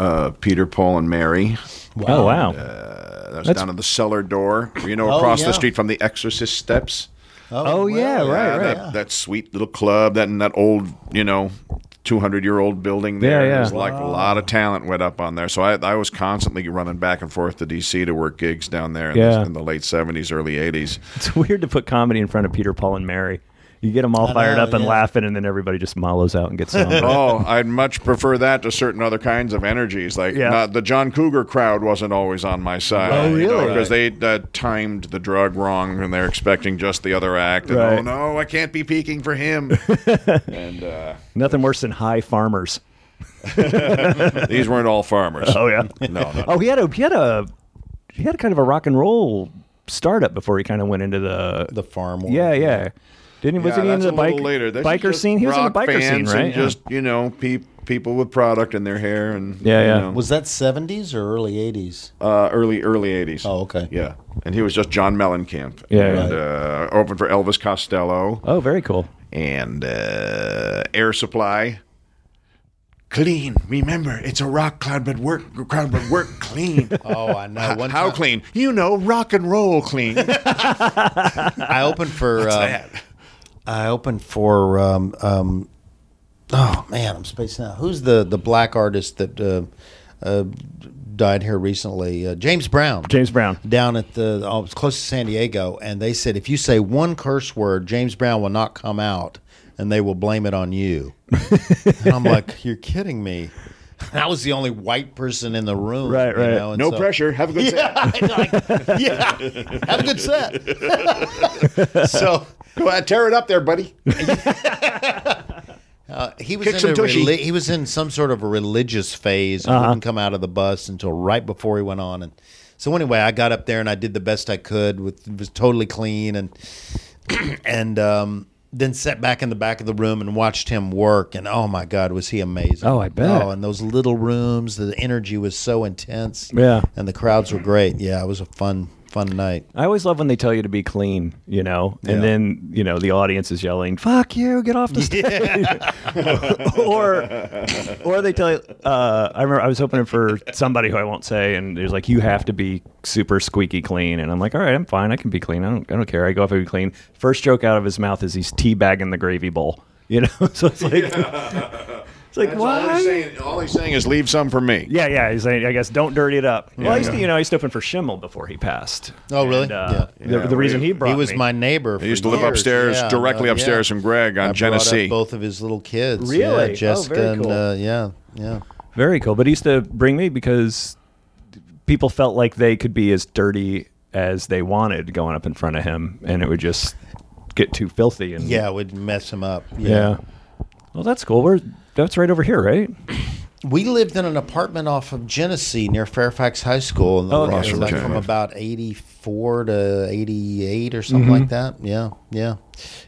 uh, Peter, Paul, and Mary.
Oh wow.
Uh, that was
That's-
down at the cellar door, you know, across
Oh, yeah.
the street from the Exorcist steps.
oh yeah.
well,
Right.
Yeah,
Right.
That, that sweet little club, that in that old, you know, two hundred year old building there.
Yeah, yeah.
There's like a lot of talent went up on there. So I, I was constantly running back and forth to DC to work gigs down there in,
Yeah.
the, in the late seventies, early eighties.
It's weird to put comedy in front of Peter, Paul, and Mary. You get them all fired
know,
up and
yeah.
laughing, and then everybody just mollows out and gets on.
oh, I'd much prefer that to certain other kinds of energies. Like
Yeah.
not, the John Cougar crowd wasn't always on my side. Oh,
really?
Because they uh, timed the drug wrong, and they're expecting just the other act. And,
Right.
Oh no, I can't be peeking for him. and uh,
Nothing worse than high farmers.
these weren't all farmers.
Oh yeah.
No, no,
oh, he had a he had a he had a kind of a rock and roll startup before he kind of went into the
The farm. world.
yeah yeah. Didn't he?
Yeah,
wasn't he in
that's
the
a little
bike
later. This is
biker
just
scene? He was in the
rock
biker scene,
bands
right?
And
Yeah.
Just you know, pe- people with product in their hair and
Yeah,
you
yeah.
know,
Was that seventies or early eighties?
uh, early early eighties.
Oh, okay.
Yeah, and he was just John Mellencamp.
Yeah,
and uh, opened for Elvis Costello
oh, very cool.
and uh, Air Supply. Clean. Remember, it's a rock cloud, but work crowd, but work clean.
Oh, I know. One
How
time,
clean? You know, rock and roll clean.
I opened for. um, I opened for. Um, um, oh man, I'm spacing out. Who's the the black artist that uh, uh, died here recently? Uh, James Brown.
James Brown.
Down at the oh, it was close to San Diego, and they said if you say one curse word, James Brown will not come out, and they will blame it on you. and I'm like, you're kidding me. I was the only white person in the room.
Right, right.
You know, and
No
so-
pressure. Have a good. set.
yeah, have a good set. so
Go ahead, tear it up there, buddy.
he was
Kick some
in a
tushy.
reli- he was in some sort of a religious phase.
Uh-huh.
and Couldn't come out of the bus until right before he went on. And so anyway, I got up there and I did the best I could. With was totally clean and and um, then sat back in the back of the room and watched him work. And oh my God, was he amazing!
Oh, I bet.
Oh, and those little rooms, the energy was so intense.
Yeah.
and the crowds were great. Yeah, it was a fun fun night.
I always love when they tell you to be clean, you know, and then you know the audience is yelling "fuck you, get off the stage," or or they tell you. Uh, I remember I was opening for somebody who I won't say, and there's like you have to be super squeaky clean, and I'm like, all right, I'm fine, I can be clean, I don't, I don't care, I go up and be clean. First joke out of his mouth is he's teabagging the gravy bowl, you know, so it's like. It's like
That's
what?
All he's, saying, all he's saying is leave some for me.
Yeah, yeah. He's saying, I guess, don't dirty it up. well, I used to,
yeah.
you know, I used to open for Schimmel before he passed.
Oh, really?
And, uh,
Yeah.
The,
Yeah,
the reason
we-
he brought
he was
me-
my neighbor.
He used to live upstairs, directly
uh,
upstairs from Greg
I
on
Brought
Genesee.
up both of his little kids.
Really? Oh,
Yeah,
very
Jessica
cool.
and uh, yeah, yeah.
very cool. But he used to bring me because people felt like they could be as dirty as they wanted going up in front of him, and it would just get too filthy. And
Yeah, it would mess him up.
yeah. Well, that's cool. We're that's right over here, right?
We lived in an apartment off of Genesee near Fairfax High School in the
Oh, okay.
Ross, like
Okay.
from about 84 to 88 or something
Mm-hmm.
like that. Yeah, yeah.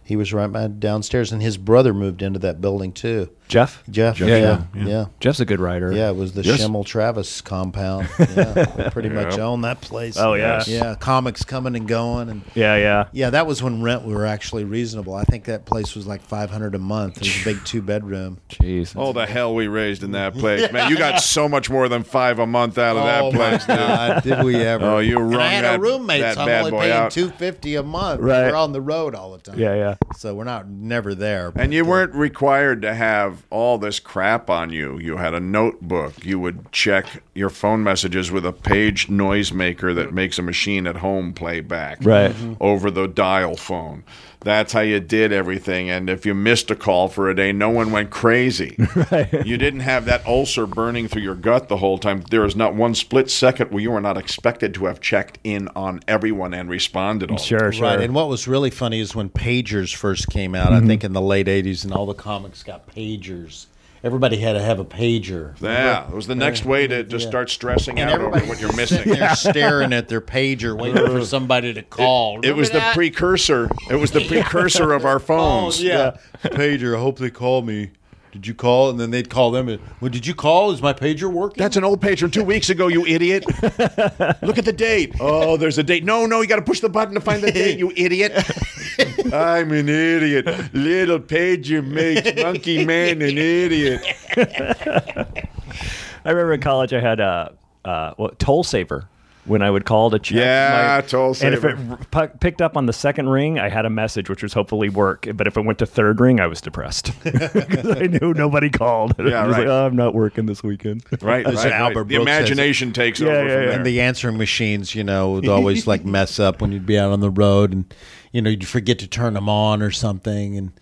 He was right by downstairs, and his brother moved into that building too.
Jeff.
Jeff,
Yeah,
yeah,
yeah,
yeah,
yeah. Jeff's a good writer.
Yeah, it was the
Yes.
Schimmel Travis compound. Yeah, we pretty much owned that place.
Oh, yeah. Yes.
yeah. Comics coming and going, and
Yeah. Yeah.
yeah, that was when rent were actually reasonable. I think that place was like five hundred a month. It was a big two bedroom.
Jeez.
All Oh, the hell we raised in that place, man! You got so much more than five a month out of that place. dude.
Oh, God, did we ever?
Oh, you wrung
And I had
that,
a roommate,
that
so I'm
bad
only
boy
paying
out.
two fifty a month.
Right.
We're on the road all the time.
Yeah, yeah.
So we're not never there.
And you weren't required to have all this crap on you. You had a notebook. You would check your phone messages with a page noisemaker that makes a machine at home play back
Right. Mhm.
over the dial phone. That's how you did everything. And if you missed a call for a day, no one went crazy. You didn't have that ulcer burning through your gut the whole time. There is not one split second where you are not expected to have checked in on everyone and responded. All
Sure. Sure.
Right, and what was really funny is when pagers first came out.
Mm-hmm.
I think in the late '80s, and all the comics got pagers. Everybody had to have a pager.
Yeah, it was the next way to just start stressing out over
everybody's
what you're missing.
They're staring at their pager, waiting for somebody to call.
It was the precursor. It was the precursor of our phones.
Oh, yeah. pager. I hope they call me. Did you call? And then they'd call them. And, well, did you call? Is my pager working?
That's an old page from two weeks ago, you idiot. Look at the date. Oh, there's a date. No, no, you got to push the button to find the date, you idiot. I'm an idiot. Little pager makes monkey man an idiot.
I remember in college I had a uh, uh, what toll saver when I would call to check.
Yeah, toll saver.
And if it r- p- picked up on the second ring, I had a message which was hopefully work. But if it went to third ring, I was depressed because I knew nobody called.
Yeah,
I was
right.
like, oh, I'm not working this weekend.
Right, right, right.
Albert
The
Brooks has it.
imagination takes over
yeah, yeah.
from
and
there.
the answering machines, you know, would always like mess up when you'd be out on the road, and you know, you'd forget to turn them on or something, and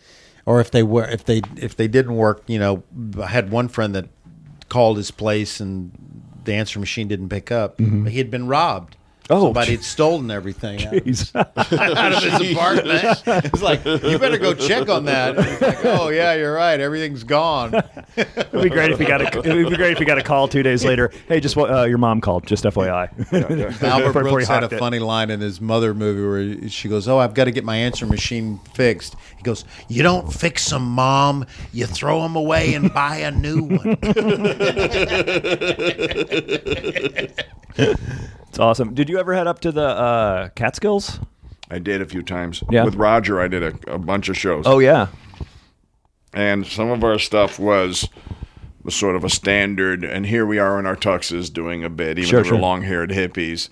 or if they were if they if they didn't work, you know, I had one friend that called his place and the answering machine didn't pick up. He had been robbed.
Oh,
Somebody had stolen everything. out of
Jeez.
out of his apartment. It's like, you better go check on that. And he's like, oh yeah, you're right. Everything's gone.
it'd be great if you got a. It'd be great if you got a call two days later. Hey, just wa- uh, your mom called. Just FYI.
Albert
Before he
Brooks had a
hocked it.
funny line in his mother movie where she goes, "Oh, I've got to get my answer machine fixed." He goes, "You don't fix them, mom. You throw them away and buy a new one."
It's awesome. Did you ever head up to the uh, Catskills?
I did a few times.
Yeah.
With Roger, I did a, a bunch of shows.
Oh yeah.
and some of our stuff was was sort of a standard. And here we are in our tuxes doing a bit, even
Sure,
though
sure.
we're long-haired hippies.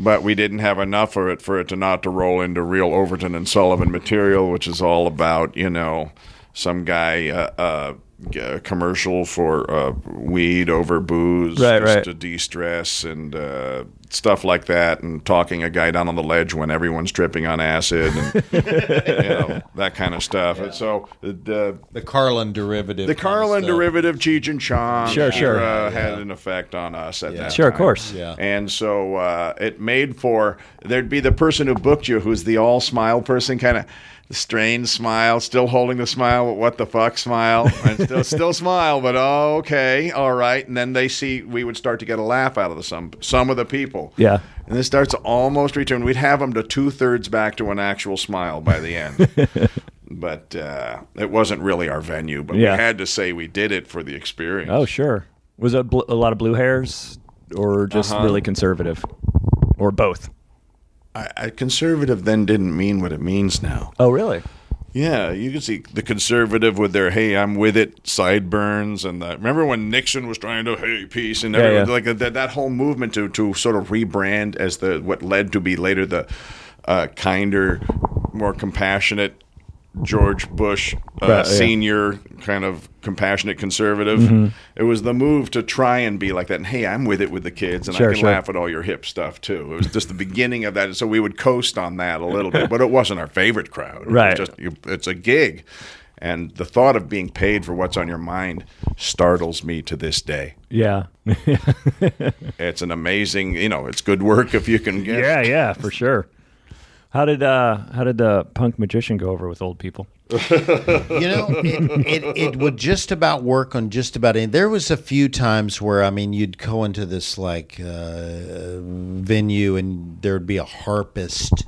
But we didn't have enough of it for it to not to roll into real Overton and Sullivan material, which is all about you know some guy. Uh, uh, g- uh, commercial for uh, weed over booze,
Right,
just
right.
to de-stress and uh, stuff like that, and talking a guy down on the ledge when everyone's tripping on acid and you know, that kind of stuff. And so the
The Carlin derivative.
the Carlin derivative, Cheech and Chong,
Sure, sure.
uh, had an effect on us at that
Sure, of
time.
course.
Yeah.
And so uh, it made for there'd be the person who booked you, who's the all smile person, kind of strained smile, still holding the smile, but what the fuck smile, and still, still smile, but oh, okay, all right. And then they see we would start to get a laugh out of the, some some of the people.
Yeah.
And this starts to almost return. We'd have them to two thirds back to an actual smile by the end. but uh, it wasn't really our venue, but
Yeah.
we had to say we did it for the experience.
Oh sure. Was it bl- a lot of blue hairs, or just really conservative, or both?
I, I, conservative then didn't mean what it means now.
Oh really?
Yeah, you can see the conservative with their "Hey, I'm with it" sideburns, and the, remember when Nixon was trying to "Hey, peace" and
Yeah,
everyone,
yeah.
like uh, that, that whole movement to to sort of rebrand as the what led to be later the uh, kinder, more compassionate George Bush uh,
Right, yeah.
senior, kind of compassionate conservative.
Mm-hmm.
It was the move to try and be like that. And hey, I'm with it with the kids, and
Sure,
I can
sure.
laugh at all your hip stuff too. It was just the beginning of that. So we would coast on that a little bit, but it wasn't our favorite crowd. It was
Right.
just you- it's a gig, and the thought of being paid for what's on your mind startles me to this day.
Yeah.
It's an amazing, you know, it's good work if you can get.
yeah, yeah, for sure. How did uh how did the punk magician go over with old people?
you know, it, it, it would just about work on just about any. There was a few times where I mean, you'd go into this like uh, venue and there'd be a harpist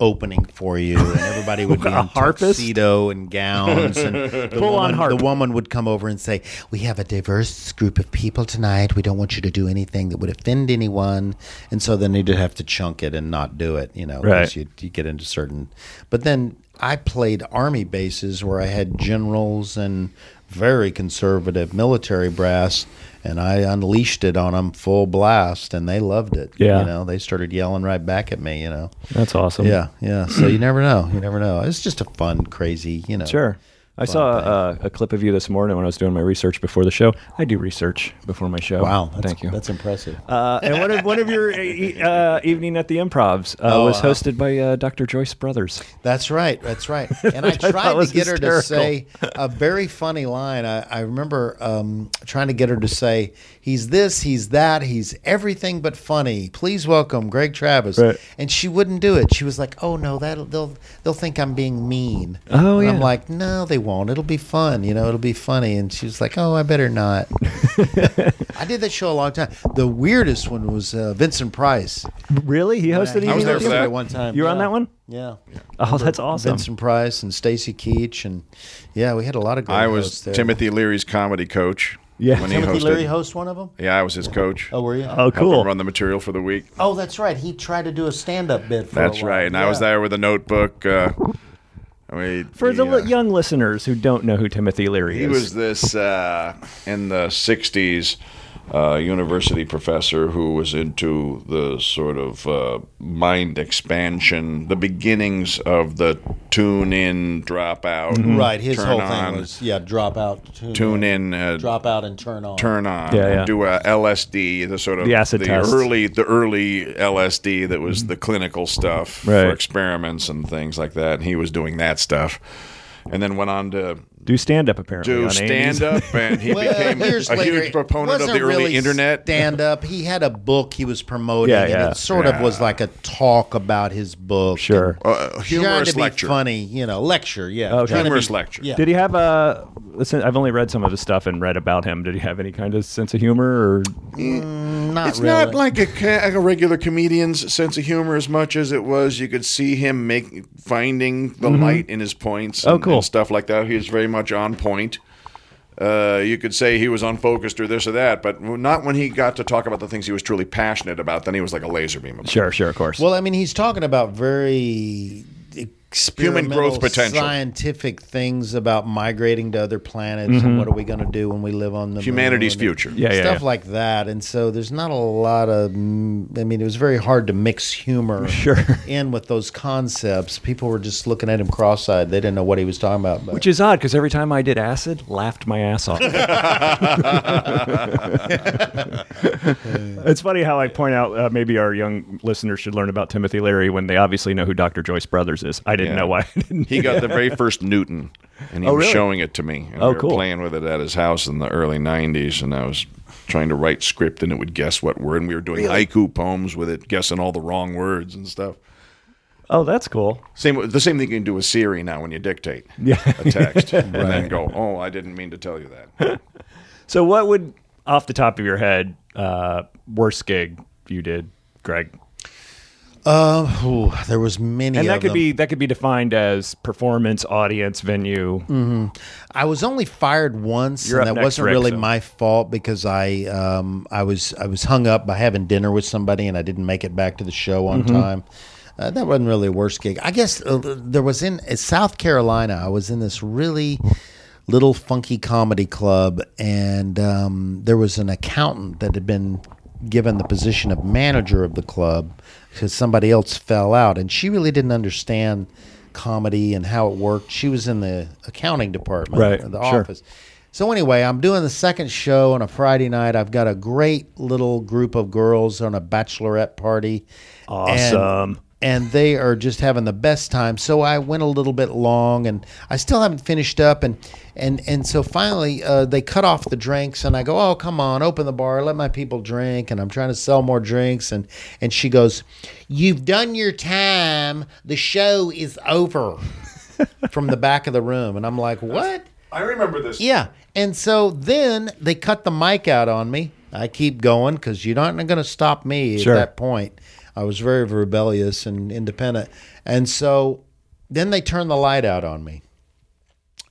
opening for you, and everybody would be in
harpist?
tuxedo and gowns, and the
Full-on
woman,
harp.
The woman would come over and say, "We have a diverse group of people tonight. We don't want you to do anything that would offend anyone," and so then you'd have to chunk it and not do it, you know, 'cause
Right.
you you, you get into certain. But then I played army bases where I had generals and very conservative military brass, and I unleashed it on them full blast, and they loved it.
Yeah. Hmm.
you know, they started yelling right back at me. You know,
That's awesome.
yeah, yeah. So you never know. You never know. It's just a fun, crazy. You know,
Sure. I saw uh, a clip of you this morning when I was doing my research before the show. I do research before my show.
Wow, that's,
Thank you.
That's impressive.
Uh, and one of, one of your uh, e- uh, evening at the improvs uh, was hosted by uh, Dr. Joyce Brothers.
That's right. That's right. And I
Which I
tried
thought
to
was
get her
hysterical.
to say a very funny line. I, I remember um, trying to get her to say, "He's this, he's that, he's everything but funny." Please welcome Greg Travis.
Right.
And she wouldn't do it. She was like, "Oh no, that they'll they'll think I'm being mean."
Oh,
and
yeah.
I'm like, "No, they won't. It'll be fun. You know, it'll be funny." And she was like, "Oh, I better not." I did that show a long time. The weirdest one was uh, Vincent Price.
Really? He hosted
He
an
I was
evening
there
at
for
the
that.
Improv?
at one time.
You were on
Yeah.
that one?
Yeah.
Oh, that's awesome.
Vincent Price and Stacy Keach and yeah, we had a lot of great.
I was
hosts there.
Timothy Leary's comedy coach.
Yeah.
when he
Timothy Leary
hosted.
host one of them.
Yeah, I was his coach.
Oh, were you?
Oh,
Helped him
cool.
Run the material for the week.
Oh, that's right. He tried to do a stand-up bit. For a
That's
while.
right. And I was
Yeah.
there with a notebook. Uh, I mean,
For the
uh,
li- young listeners who don't know who Timothy Leary
he
is,
was this uh, in the '60s uh, university professor who was into the sort of uh, mind expansion, the beginnings of the tune in, drop out,
Mm-hmm.
Right, his
turn
whole
on,
thing was yeah, drop out, tune,
tune in, uh,
drop out, and turn on.
turn on
Yeah,
and
yeah.
do a LSD, the sort of
The acid test. Mm-hmm.
early the early LSD that was the clinical stuff
Right.
for experiments and things like that. And he was doing that stuff. And then went on to
do stand up apparently.
do
on 80s.
stand up, and he
Well,
became
years
a
later,
huge proponent of the early internet.
Stand up. He had a book he was promoting,
Yeah,
and
yeah.
it sort of was like a talk about his book.
Sure.
and
Uh,
trying
humorous
to be
lecture.
funny, you know, lecture.
Okay.
Yeah, trying to be-
Humorous lecture.
Yeah.
Did he have a? Listen, I've only read some of his stuff and read about him. Did he have any kind of sense of humor? Or
not
It's
really.
not like a, ca- like a regular comedian's sense of humor as much as it was. You could see him make finding the light in his points. And,
Mm-hmm. Oh, cool.
and stuff like that. He was very much on point. Uh, you could say he was unfocused or this or that, but not when he got to talk about the things he was truly passionate about. Then he was like a laser beam. Of
sure, sure, of course.
Well, I mean, he's talking about very
Human growth
experimental,
potential.
scientific things about migrating to other planets and what are we going to do when we live on the moon
humanity's
and
future.
yeah, yeah,
Mm-hmm. Stuff
yeah.
like that, and so there's not a lot of. mm, I mean, it was very hard to mix humor
Sure.
in with those concepts. People were just looking at him cross-eyed; they didn't know what he was talking about. But
Which is odd because every time I did acid, laughed my ass off. it's funny how I point out uh, maybe our young listeners should learn about Timothy Leary when they obviously know who Dr. Joyce Brothers is. I didn't
Yeah.
know why. I didn't.
He got the very first Newton, and he was
Oh, really?
showing it to me. And
Oh,
we were
cool.
Playing with it at his house in the early '90s, and I was trying to write script, and it would guess what word. And we were doing haiku poems with it, guessing all the wrong words and stuff.
Oh, that's cool.
Same, the same thing you can do with Siri now when you dictate a text, and then go, "Oh, I didn't mean to tell you that."
So, what would, off the top of your head, uh, worst gig you did, Greg?
Ooh, there was many.
And that
of
could
them.
be that could be defined as performance, audience, venue.
Mm. I was only fired once,
You're
and
up
that
next,
wasn't
Rick,
really
so-
my fault because I um, I was I was hung up by having dinner with somebody, and I didn't make it back to the show on
Mm-hmm.
time. Uh, that wasn't really a worst gig. I guess uh, there was in uh, South Carolina. I was in this really little funky comedy club, and um, there was an accountant that had been given the position of manager of the club because somebody else fell out, and she really didn't understand comedy and how it worked. She was in the accounting department,
Right,
The
sure.
office. So anyway, I'm doing the second show on a Friday night. I've got a great little group of girls on a bachelorette party. And-
Awesome.
and they are just having the best time. So I went a little bit long, and I still haven't finished up. And and and so finally, uh, they cut off the drinks, and I go, "Oh, come on, open the bar, let my people drink." And I'm trying to sell more drinks, and and she goes, "You've done your time. The show is over." from the back of the room, and I'm like, "What?"
I remember this.
Yeah. And so then they cut the mic out on me. I keep going because you're not going to stop me
Sure.
at that point. I was very rebellious and independent. And so then they turn the light out on me.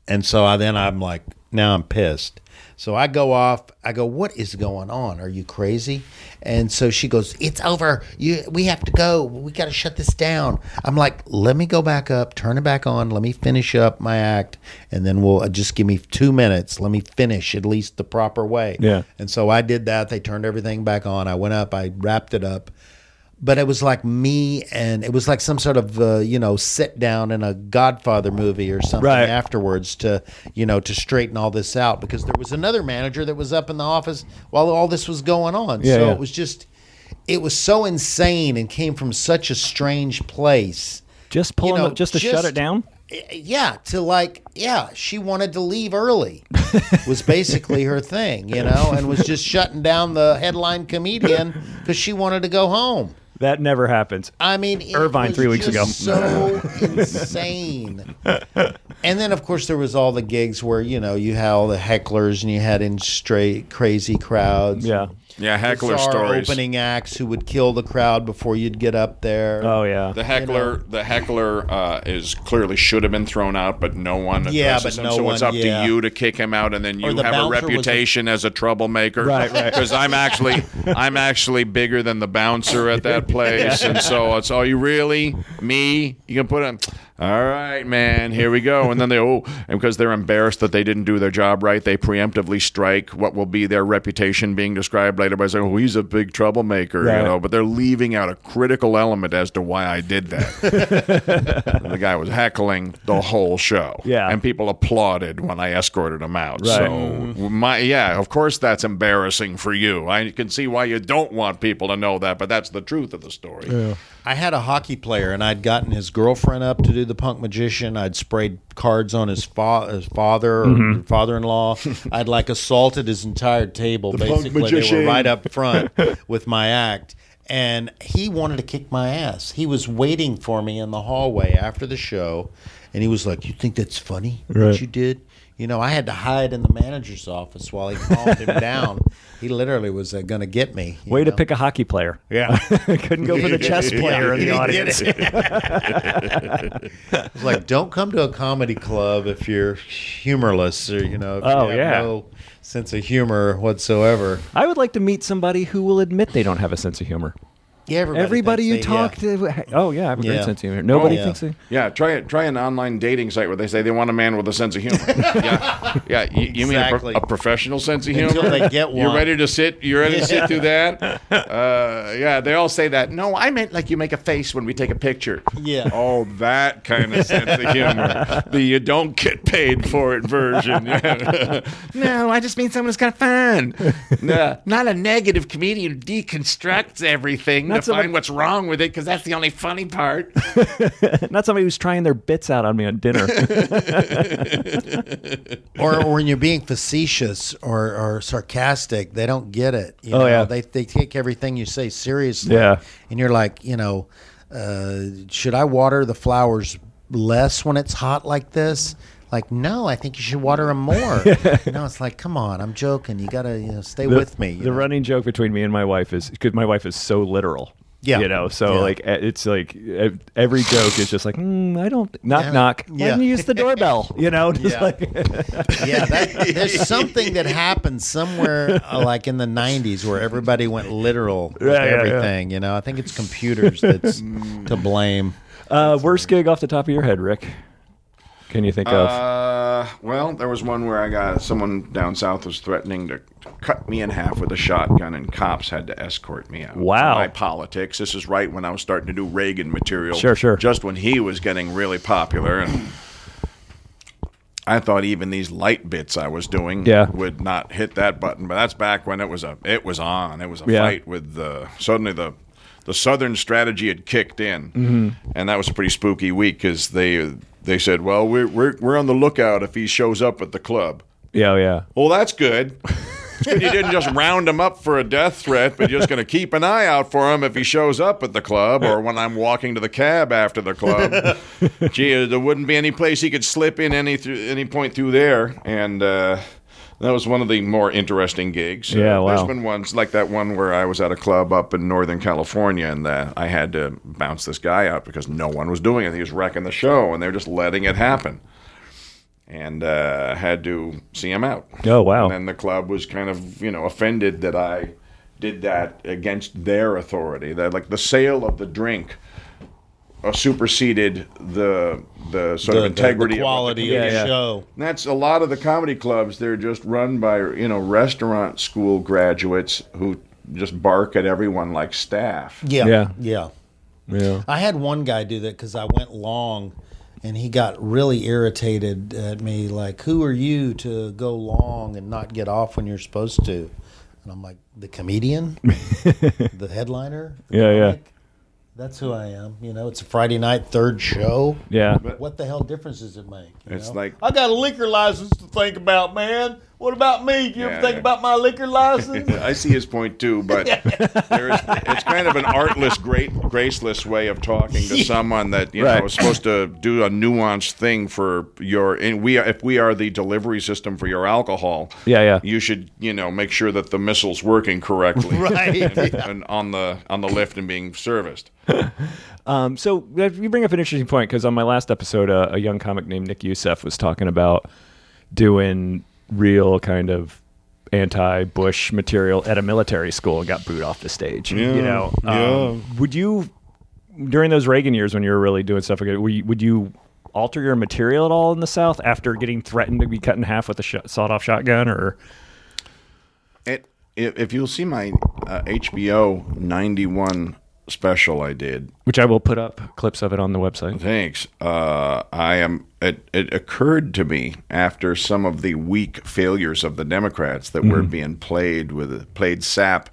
And so I then I'm like, now I'm pissed. So I go off. I go, what is going on? Are you crazy? And so she goes, it's over. You, we have to go. We got to shut this down. I'm like, let me go back up, turn it back on. Let me finish up my act, and then we'll uh, just give me two minutes. Let me finish at least the proper way.
Yeah.
And so I did that. They turned everything back on. I went up. I wrapped it up. But it was like me, and it was like some sort of uh, you know sit down in a Godfather movie or something
Right.
afterwards to you know to straighten all this out because there was another manager that was up in the office while all this was going on.
Yeah,
so
yeah.
it was just it was so insane and came from such a strange place.
Just pulling,
know,
the- just to shut
just-
it down.
Yeah, to like, yeah, she wanted to leave early was basically her thing, you know, and was just shutting down the headline comedian because she wanted to go home.
That never happens.
I mean, it
Irvine
was
three weeks
just
ago.
So insane. And then, of course, there was all the gigs where you know you had all the hecklers and you had in straight crazy crowds.
Yeah.
Yeah, heckler
Bizarre
stories.
Opening acts who would kill the crowd before you'd get up there.
Oh yeah.
The heckler, the heckler uh, is clearly should have been thrown out, but no one
Yeah,
addresses
but
him.
no
so it's
one-
up
yeah.
to you to kick him out, and then you
the
have a
bouncer was a-
reputation as a troublemaker.
Right, right.
Because I'm actually, I'm actually bigger than the bouncer at that place, and so it's all you really me. You can put him. All right, man. Here we go. And then they oh, and because they're embarrassed that they didn't do their job right, they preemptively strike what will be their reputation being described later by saying, "Oh, he's a big troublemaker,"
Right.
you know. But they're leaving out a critical element as to why I did that. And the guy was heckling the whole show.
Yeah.
And people applauded when I escorted him out.
Right.
So, my, yeah, of course that's embarrassing for you. I can see why you don't want people to know that, but that's the truth of the story.
I had a hockey player, and I'd gotten his girlfriend up to do the punk magician. I'd sprayed cards on his, fa- his father or
Mm-hmm.
father-in-law. I'd like assaulted his entire table. Basically, they were
magician.
right up front with my act, and he wanted to kick my ass. He was waiting for me in the hallway after the show, and he was like, "You think that's funny? What you did?" You know, I had to hide in the manager's office while he calmed him down. He literally was uh, going to get me. you
Way to
know?
pick a hockey player.
Yeah.
Couldn't go for the chess player in the audience.
It's like don't come to a comedy club if you're humorless or you know if
Oh,
you have
yeah.
no sense of humor whatsoever.
I would like to meet somebody who will admit they don't have a sense of humor.
Yeah, everybody,
Everybody you
thinks they-
talk
yeah.
to, oh yeah, I have a great
Yeah.
sense of humor. Nobody
yeah.
thinks they,
Yeah, try it. Try an online dating site where they say they want a man with a sense of humor. yeah, yeah. You, you mean a, pro-
Exactly.
a professional sense of humor?
Until they get
You're
one.
ready to sit. You're ready to sit through that. Uh, yeah, they all say that. No, I meant like you make a face when we take a picture.
Yeah.
Oh, that kind of sense of humor. the you don't get paid for it version. no, I just mean someone who's kind of fun. Nah, not a negative comedian who deconstructs everything
Not
to
someone-
find what's wrong with it because that's the only funny part.
not somebody who's trying their bits out on me at dinner.
or, or when you're being facetious or, or sarcastic, they don't get it. You
Oh,
know?
yeah.
They, they take everything you say seriously.
Yeah.
And you're like, you know, uh, should I water the flowers less when it's hot like this? Like, no, I think you should water them more. you know, it's like, come on, I'm joking. You got to you know, stay with me. you
The
know?
running joke between me and my wife is because my wife is so literal.
Yeah.
You know, so
Yeah.
like eh, it's like eh, every joke is just like mm, I don't knock
Yeah.
knock. Why
Yeah.
didn't you use the doorbell? You know, just
Yeah.
like
yeah, that, there's something that happened somewhere uh, like in the 90s where everybody went literal with
Yeah, Mm. yeah, yeah.
everything. You know, I think it's computers that's to blame.
uh, worst gig off the top of your head, Rick. can you think of?
Uh, well, there was one where I got someone down south was threatening to cut me in half with a shotgun, and cops had to escort me out.
Wow.
my politics. This is right when I was starting to do Reagan material.
Sure, sure.
Just when he was getting really popular, and I thought even these light bits I was doing
Yeah.
would not hit that button. But that's back when it was a it was on. It was a
Yeah.
fight with the suddenly the. The Southern strategy had kicked in, and that was a pretty spooky week because they they said, "Well, we're, we're we're on the lookout if he shows up at the club."
Yeah, yeah.
Well, that's good. It's good you didn't just round him up for a death threat, but you're just going to keep an eye out for him if he shows up at the club or when I'm walking to the cab after the club. Gee, there wouldn't be any place he could slip in any through, any point through there, and uh, that was one of the more interesting gigs.
Yeah,
Uh, There's
wow.
been ones like that one where I was at a club up in Northern California, and uh, I had to bounce this guy out because no one was doing it. He was wrecking the show, and they were just letting it happen and uh, had to see him out.
Oh, wow.
And then the club was kind of you know offended that I did that against their authority. That like the sale of the drink uh, superseded the the sort of
The,
integrity,
the
of what
quality
the
of the,
Yeah, yeah.
show.
and That's a lot of the comedy clubs. They're just run by you know restaurant school graduates who just bark at everyone like staff.
Yeah,
Yeah.
yeah,
Yeah.
I had one guy do that because I went long, and he got really irritated at me. Like, who are you to go long and not get off when you're supposed to? And I'm like, the comedian, the headliner. the
Yeah, yeah.
comic? That's who I am. You know, it's a Friday night, third show.
Yeah.
What the hell difference does it make? you
It's
know?
like-
I got a liquor license to think about, man. What about me? Do you
Yeah,
ever think
yeah.
about my liquor license?
I see his point too, but there is, it's kind of an artless, great, graceless way of talking to someone that you
Right.
know is supposed to do a nuanced thing for your. And we, are, if we are the delivery system for your alcohol,
Yeah, yeah.
you should you know make sure that the missile's working correctly,
Right.
and, and on the on the lift and being serviced.
Um, so uh, you bring up an interesting point because on my last episode, uh, a young comic named Nick Youssef was talking about doing real kind of anti-Bush material at a military school and got booed off the stage. You know, um, would you during those Reagan years when you were really doing stuff? like that, Were you, would you alter your material at all in the South after getting threatened to be cut in half with a sh- sawed-off shotgun? Or
It, if, if you'll see my uh, HBO ninety one special, I did.
which I will put up clips of it on the website.
Thanks. Uh, I am. It, it occurred to me after some of the weak failures of the Democrats that
Mm-hmm.
were being played with played sap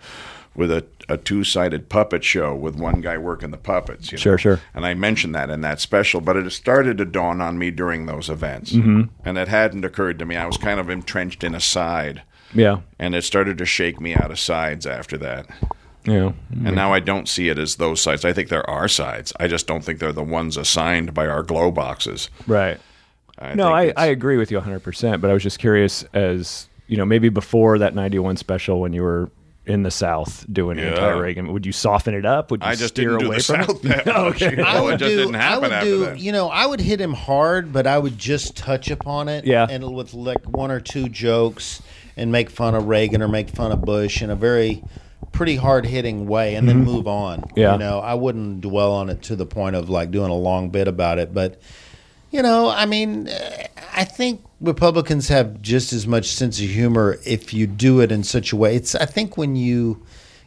with a, a two sided puppet show with one guy working the puppets. You know?
Sure, sure.
And I mentioned that in that special, but it started to dawn on me during those events,
Mm-hmm.
and it hadn't occurred to me. I was kind of entrenched in a side,
Yeah,
and it started to shake me out of sides after that.
yeah,
And now I don't see it as those sites. I think there are sides. I just don't think they're the ones assigned by our glow boxes.
right.
I
no,
think
I,
it's-
I agree with you 100%, but I was just curious as, you know, maybe before that 91 special when you were in the South doing
Yeah.
anti-Reagan, would you soften it up? Would you
I just
steer
didn't do
away
the
from
South
it?
that much. You know,
I would
it just
do,
didn't
I
happen
would
after
do,
that.
You know, I would hit him hard, but I would just touch upon it.
Yeah.
And with like one or two jokes and make fun of Reagan or make fun of Bush in a very pretty hard hitting way and then move on.
Mm-hmm. Yeah.
You know, I wouldn't dwell on it to the point of like doing a long bit about it. But, you know, I mean, eh, I think Republicans have just as much sense of humor if you do it in such a way. It's, I think, when you.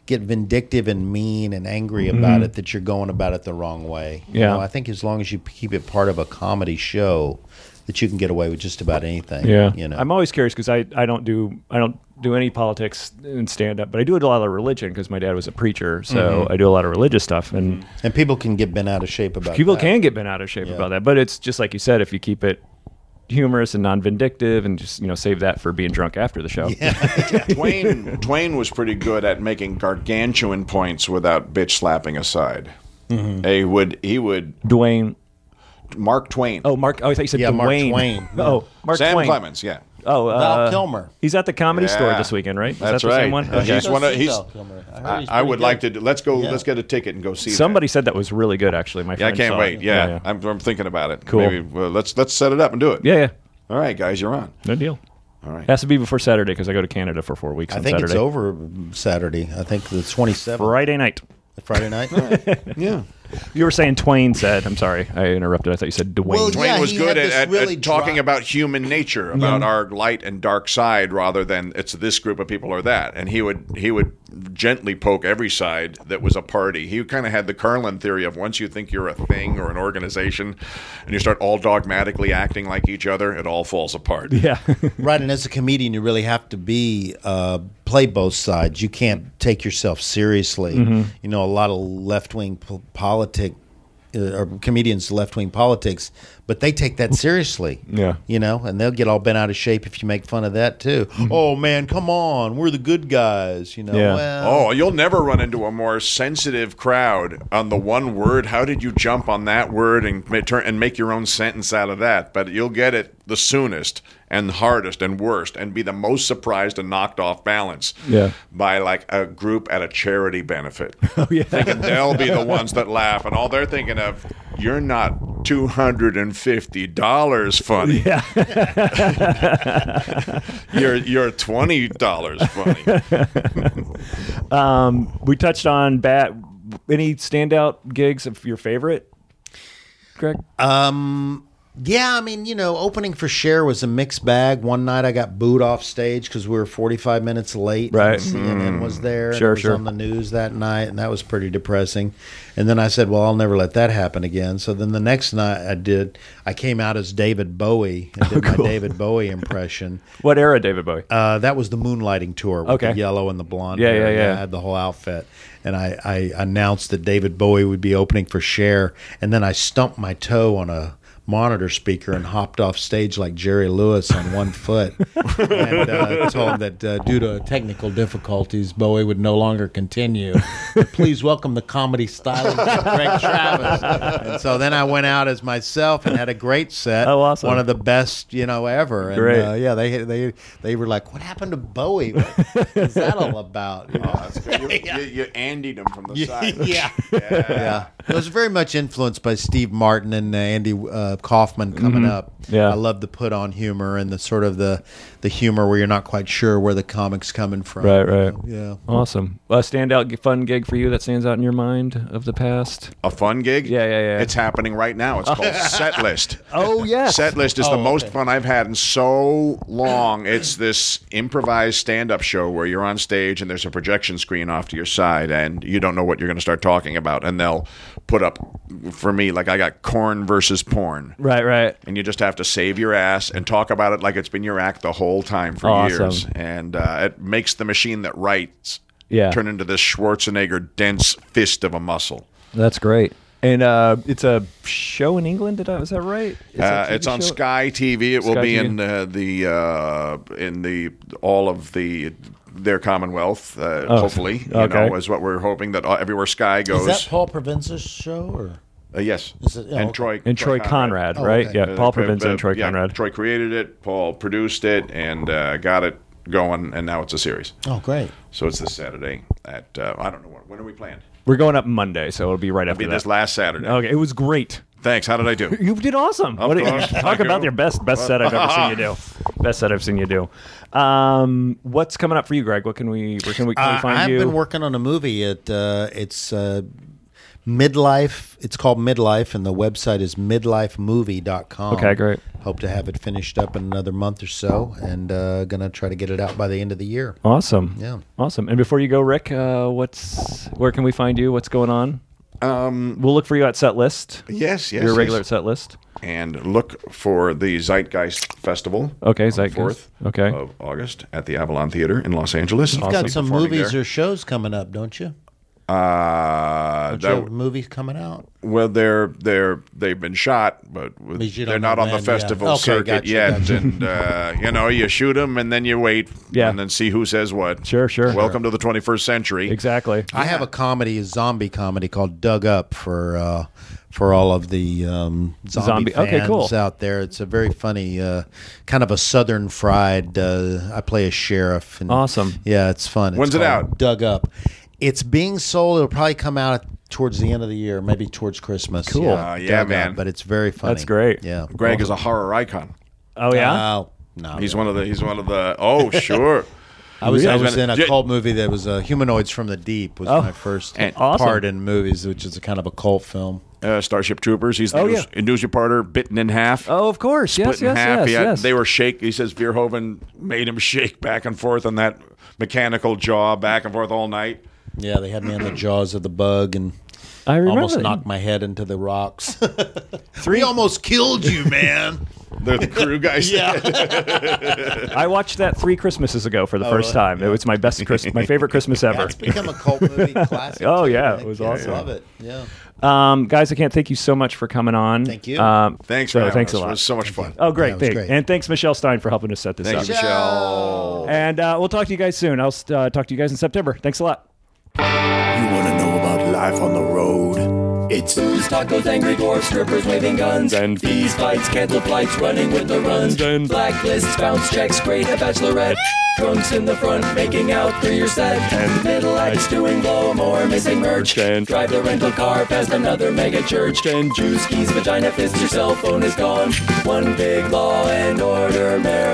Get vindictive and mean and angry about it that you're going about it the wrong way. You
Mm-hmm. Yeah.
know, I think as long as you keep it part of a comedy show, that you can get away with just about anything.
Yeah.
You know.
I'm always curious because I, I don't do, I don't do any politics in stand-up, but I do a lot of religion because my dad was a preacher. So
Mm-hmm.
I do a lot of religious stuff and
Mm-hmm.
and people can get bent out of shape about
people
that.
can get bent out of shape about that. But it's just like you said, if you keep it humorous and non-vindictive and just, you know, save that for being drunk after the show.
Twain Twain was pretty good at making gargantuan points without bitch slapping aside.
Mm-hmm.
He would he would
Dwayne.
Mark Twain.
Oh, Mark. Oh, I thought you said
Yeah, Mark
Dwayne.
Twain.
Oh, Mark
Sam
Twain.
Clemens, yeah.
Oh, uh,
Val Kilmer.
He's at the comedy store
Yeah.
this weekend, right? Is that
That's
the
right.
same one?
Uh,
Okay.
He's
Go
one of
see
he's.
Val Kilmer. I heard
I,
he's
I would
pretty
like
good.
to. do- Let's go.
Yeah.
Let's get a ticket and go see. that.
Somebody said that was really good, actually. My
Yeah, I
friend
can't
saw
wait.
it.
Yeah,
yeah,
I'm, I'm thinking about it.
Cool.
Maybe, well, let's let's set it up and do it.
yeah. yeah.
All right, guys, you're on.
No deal.
All right.
Has to be before Saturday because I go to Canada for four weeks.
I
on
think
Saturday.
it's over Saturday. I think the 27th,
Friday night.
Friday night.
Yeah.
You were saying Twain said. I'm sorry, I interrupted. I thought you said Dwayne.
Well,
Twain
Yeah,
was
he had
good at,
this
at- at
really
talking
dry-
about human nature, about our light and dark side, rather than it's this group of people or that. And he would he would gently poke every side that was a party. He kind of had the Carlin theory of once you think you're a thing or an organization, and you start all dogmatically acting like each other, it all falls apart.
yeah,
Right, and as a comedian, you really have to be uh, play both sides. You can't take yourself seriously.
Mm-hmm.
You know, a lot of left wing po- politic uh, or comedians left wing politics, but they take that seriously.
Yeah.
you know, and they'll get all bent out of shape if you make fun of that too. Oh man, come on, we're the good guys. You know,
Mm-hmm. Yeah.
well,
Oh, you'll never run into a more sensitive crowd on the one word. How did you jump on that word and ma- turn and make your own sentence out of that? But you'll get it the soonest and hardest and worst, and be the most surprised and knocked off balance.
Yeah.
by like a group at a charity benefit. Oh yeah, thinking they'll be the ones that laugh, and all they're thinking of you're not two hundred and fifty dollars funny. Yeah, you're you're twenty dollars funny.
we touched on bat. Any standout gigs of your favorite? Greg.
Uh, Yeah, I mean, you know, opening for Cher was a mixed bag. One night I got booed off stage because we were 45 minutes late.
Right. Mm.
And CNN was there. and
Sure,
it was
sure.
on the news that night, and that was pretty depressing. And then I said, well, I'll never let that happen again. So then the next night I did, I came out as David Bowie and
Oh,
did my David Bowie impression.
what era, David Bowie?
Uh, that was the moonlighting tour with
Okay.
the yellow and the blonde.
Yeah,
hair.
yeah, yeah.
I had the whole outfit, and I, I announced that David Bowie would be opening for Cher, and then I stumped my toe on a monitor speaker and hopped off stage like Jerry Lewis on one foot, and uh, told that uh, due to technical difficulties, Bowie would no longer continue. Please welcome the comedy stylist Greg Travis. And so then I went out as myself and had a great set.
Oh, awesome.
One of the best you know ever. And,
Great.
uh, yeah, they they they were like, "What happened to Bowie? What is that all about?" You
Oh,
know?
You, you, you andied him from the side.
yeah. yeah, It was very much influenced by Steve Martin and uh, Andy uh, Kaufman coming up.
Mm-hmm. Yeah.
I love the put on humor and the sort of the the humor where you're not quite sure where the comic's coming from.
Right, right.
Yeah.
Awesome. A standout g- fun gig for you that stands out in your mind of the past?
A fun gig?
Yeah, yeah, yeah.
It's happening right now. It's called Set List.
Oh, yes.
Set List is the most fun I've had in so long. It's this improvised stand up show where you're on stage and there's a projection screen off to your side and you don't know what you're going to start talking about. And they'll put up, for me, like I got corn versus porn.
Right, right.
And you just have to save your ass and talk about it like it's been your act the whole time for
Awesome.
years. And uh, it makes the machine that writes
Yeah.
turn into this Schwarzenegger dense fist of a muscle.
That's great. And uh, it's a show in England. Did I, was that right? It's, a
Uh,
TV
it's on
show?
Sky TV. It will
Sky
be
TV.
in uh, the uh, in the all of the their Commonwealth. Uh, Hopefully, you
Oh, okay.
know, is what we're hoping that all, everywhere Sky
Is
goes.
that Paul Provenza's show or
uh, yes,
Is it- oh,
and
okay.
Troy
And Troy Conrad, right?
okay.
Yeah, Paul
Uh,
Provenza
uh,
and Troy
yeah,
Conrad.
Troy created it. Paul produced it and uh, got it going, and now it's a series.
oh great
So it's this Saturday at uh, I don't know when, when are we planned?
We're going up Monday, so it'll be right
It'll be
after
this
that.
last Saturday.
okay, it was great.
Thanks. How did I do?
You did awesome. What did-
course,
talk
thank
about
you.
your best best set I've ever seen you do. Best set I've seen you do. Um, what's coming up for you, Greg? What can we where can we, can we
Uh,
find
I've
you?
been working on a movie. It uh, it's uh, midlife. It's called Midlife, and the website is midlifemovie.com.
Okay, great.
Hope to have it finished up in another month or so, and uh, gonna try to get it out by the end of the year.
awesome.
Yeah.
Awesome. And before you go, Rick, uh, what's where can we find you? What's going on? Um, we'll look for you at set list.
Yes, yes.
your
yes.
regular set list.
and look for the Zeitgeist Festival.
Okay,
on the
Zeitgeist.
4th
Okay.
Of August at the Avalon Theater in Los Angeles.
you've got some
Performing
movies
there.
or shows coming up don't you
Uh,
Do you have
that,
movies coming out
well, they're they're they've been shot, but with-
Means you
they're
don't
not
know
on the
when, yeah.
festival
Okay,
circuit
gotcha,
yet.
gotcha.
And uh, you know, you shoot them, and then you wait,
Yeah.
and then see who says what.
Sure, sure.
Welcome to the 21st century.
Exactly.
I have a comedy, a zombie comedy called Dug Up for uh, for all of the um, zombie,
Zombie- okay,
fans
cool.
out there. It's a very funny, uh, kind of a southern fried. Uh, I play a sheriff. And,
Awesome.
Yeah, it's fun. It's
When's it
called
out?
Dug Up. It's being sold. It'll probably come out towards the end of the year, maybe towards Christmas. Cool.
Uh, yeah, man.
but it's very funny.
That's great.
Yeah.
Greg is a horror icon.
Oh yeah.
Uh,
Oh, no.
He's one of the. He's one of the. Oh, sure.
I was, I
Really?
was in a
Yeah.
cult movie that was uh, Humanoids from the Deep was
Oh.
my first
And-
Awesome.
part in movies, which is a kind of a cult film.
uh, Starship Troopers. He's the
Oh,
news,
yeah.
news reporter, bitten in half.
Oh, of course. Yes,
split in
yes,
half.
yes,
He had-
yes.
They were shake. He says Verhoeven made him shake back and forth on that mechanical jaw, back and forth all night.
Yeah, they had me in the jaws of the bug and
I remember
almost
that.
knocked my head into the rocks. Three almost killed you, man.
They're the crew guys. yeah.
I watched that three Christmases ago
Oh,
for the first time. It was my best, Christ- my favorite Christmas ever.
That's become a cult movie classic.
Oh,
too,
yeah,
I
it
think.
was
Yeah, I
awesome.
love it. Yeah.
Um, guys, I can't thank you so much for coming on.
Thank you.
Um,
Thanks
so
for having
thanks
us.
a
It
lot.
was so much fun.
Oh, great,
was
thank-
great.
and thanks Michelle Stein for helping us set this
Thank
up.
you, Michelle.
And uh, we'll talk to you guys soon. I'll uh, talk to you guys in September. Thanks a lot.
You want to know about life on the road? It's
Booze, tacos, angry dwarfs, strippers waving guns,
And-
these fights, canceled flights, running with the runs,
And-
blacklists, bounce checks, great a bachelorette, drunks in the front, making out through your set, and middle acts doing blow more, missing merch,
And-
drive the rental car past another mega church, and juice keys, vagina fist, your cell phone is gone, one big law and order marriage.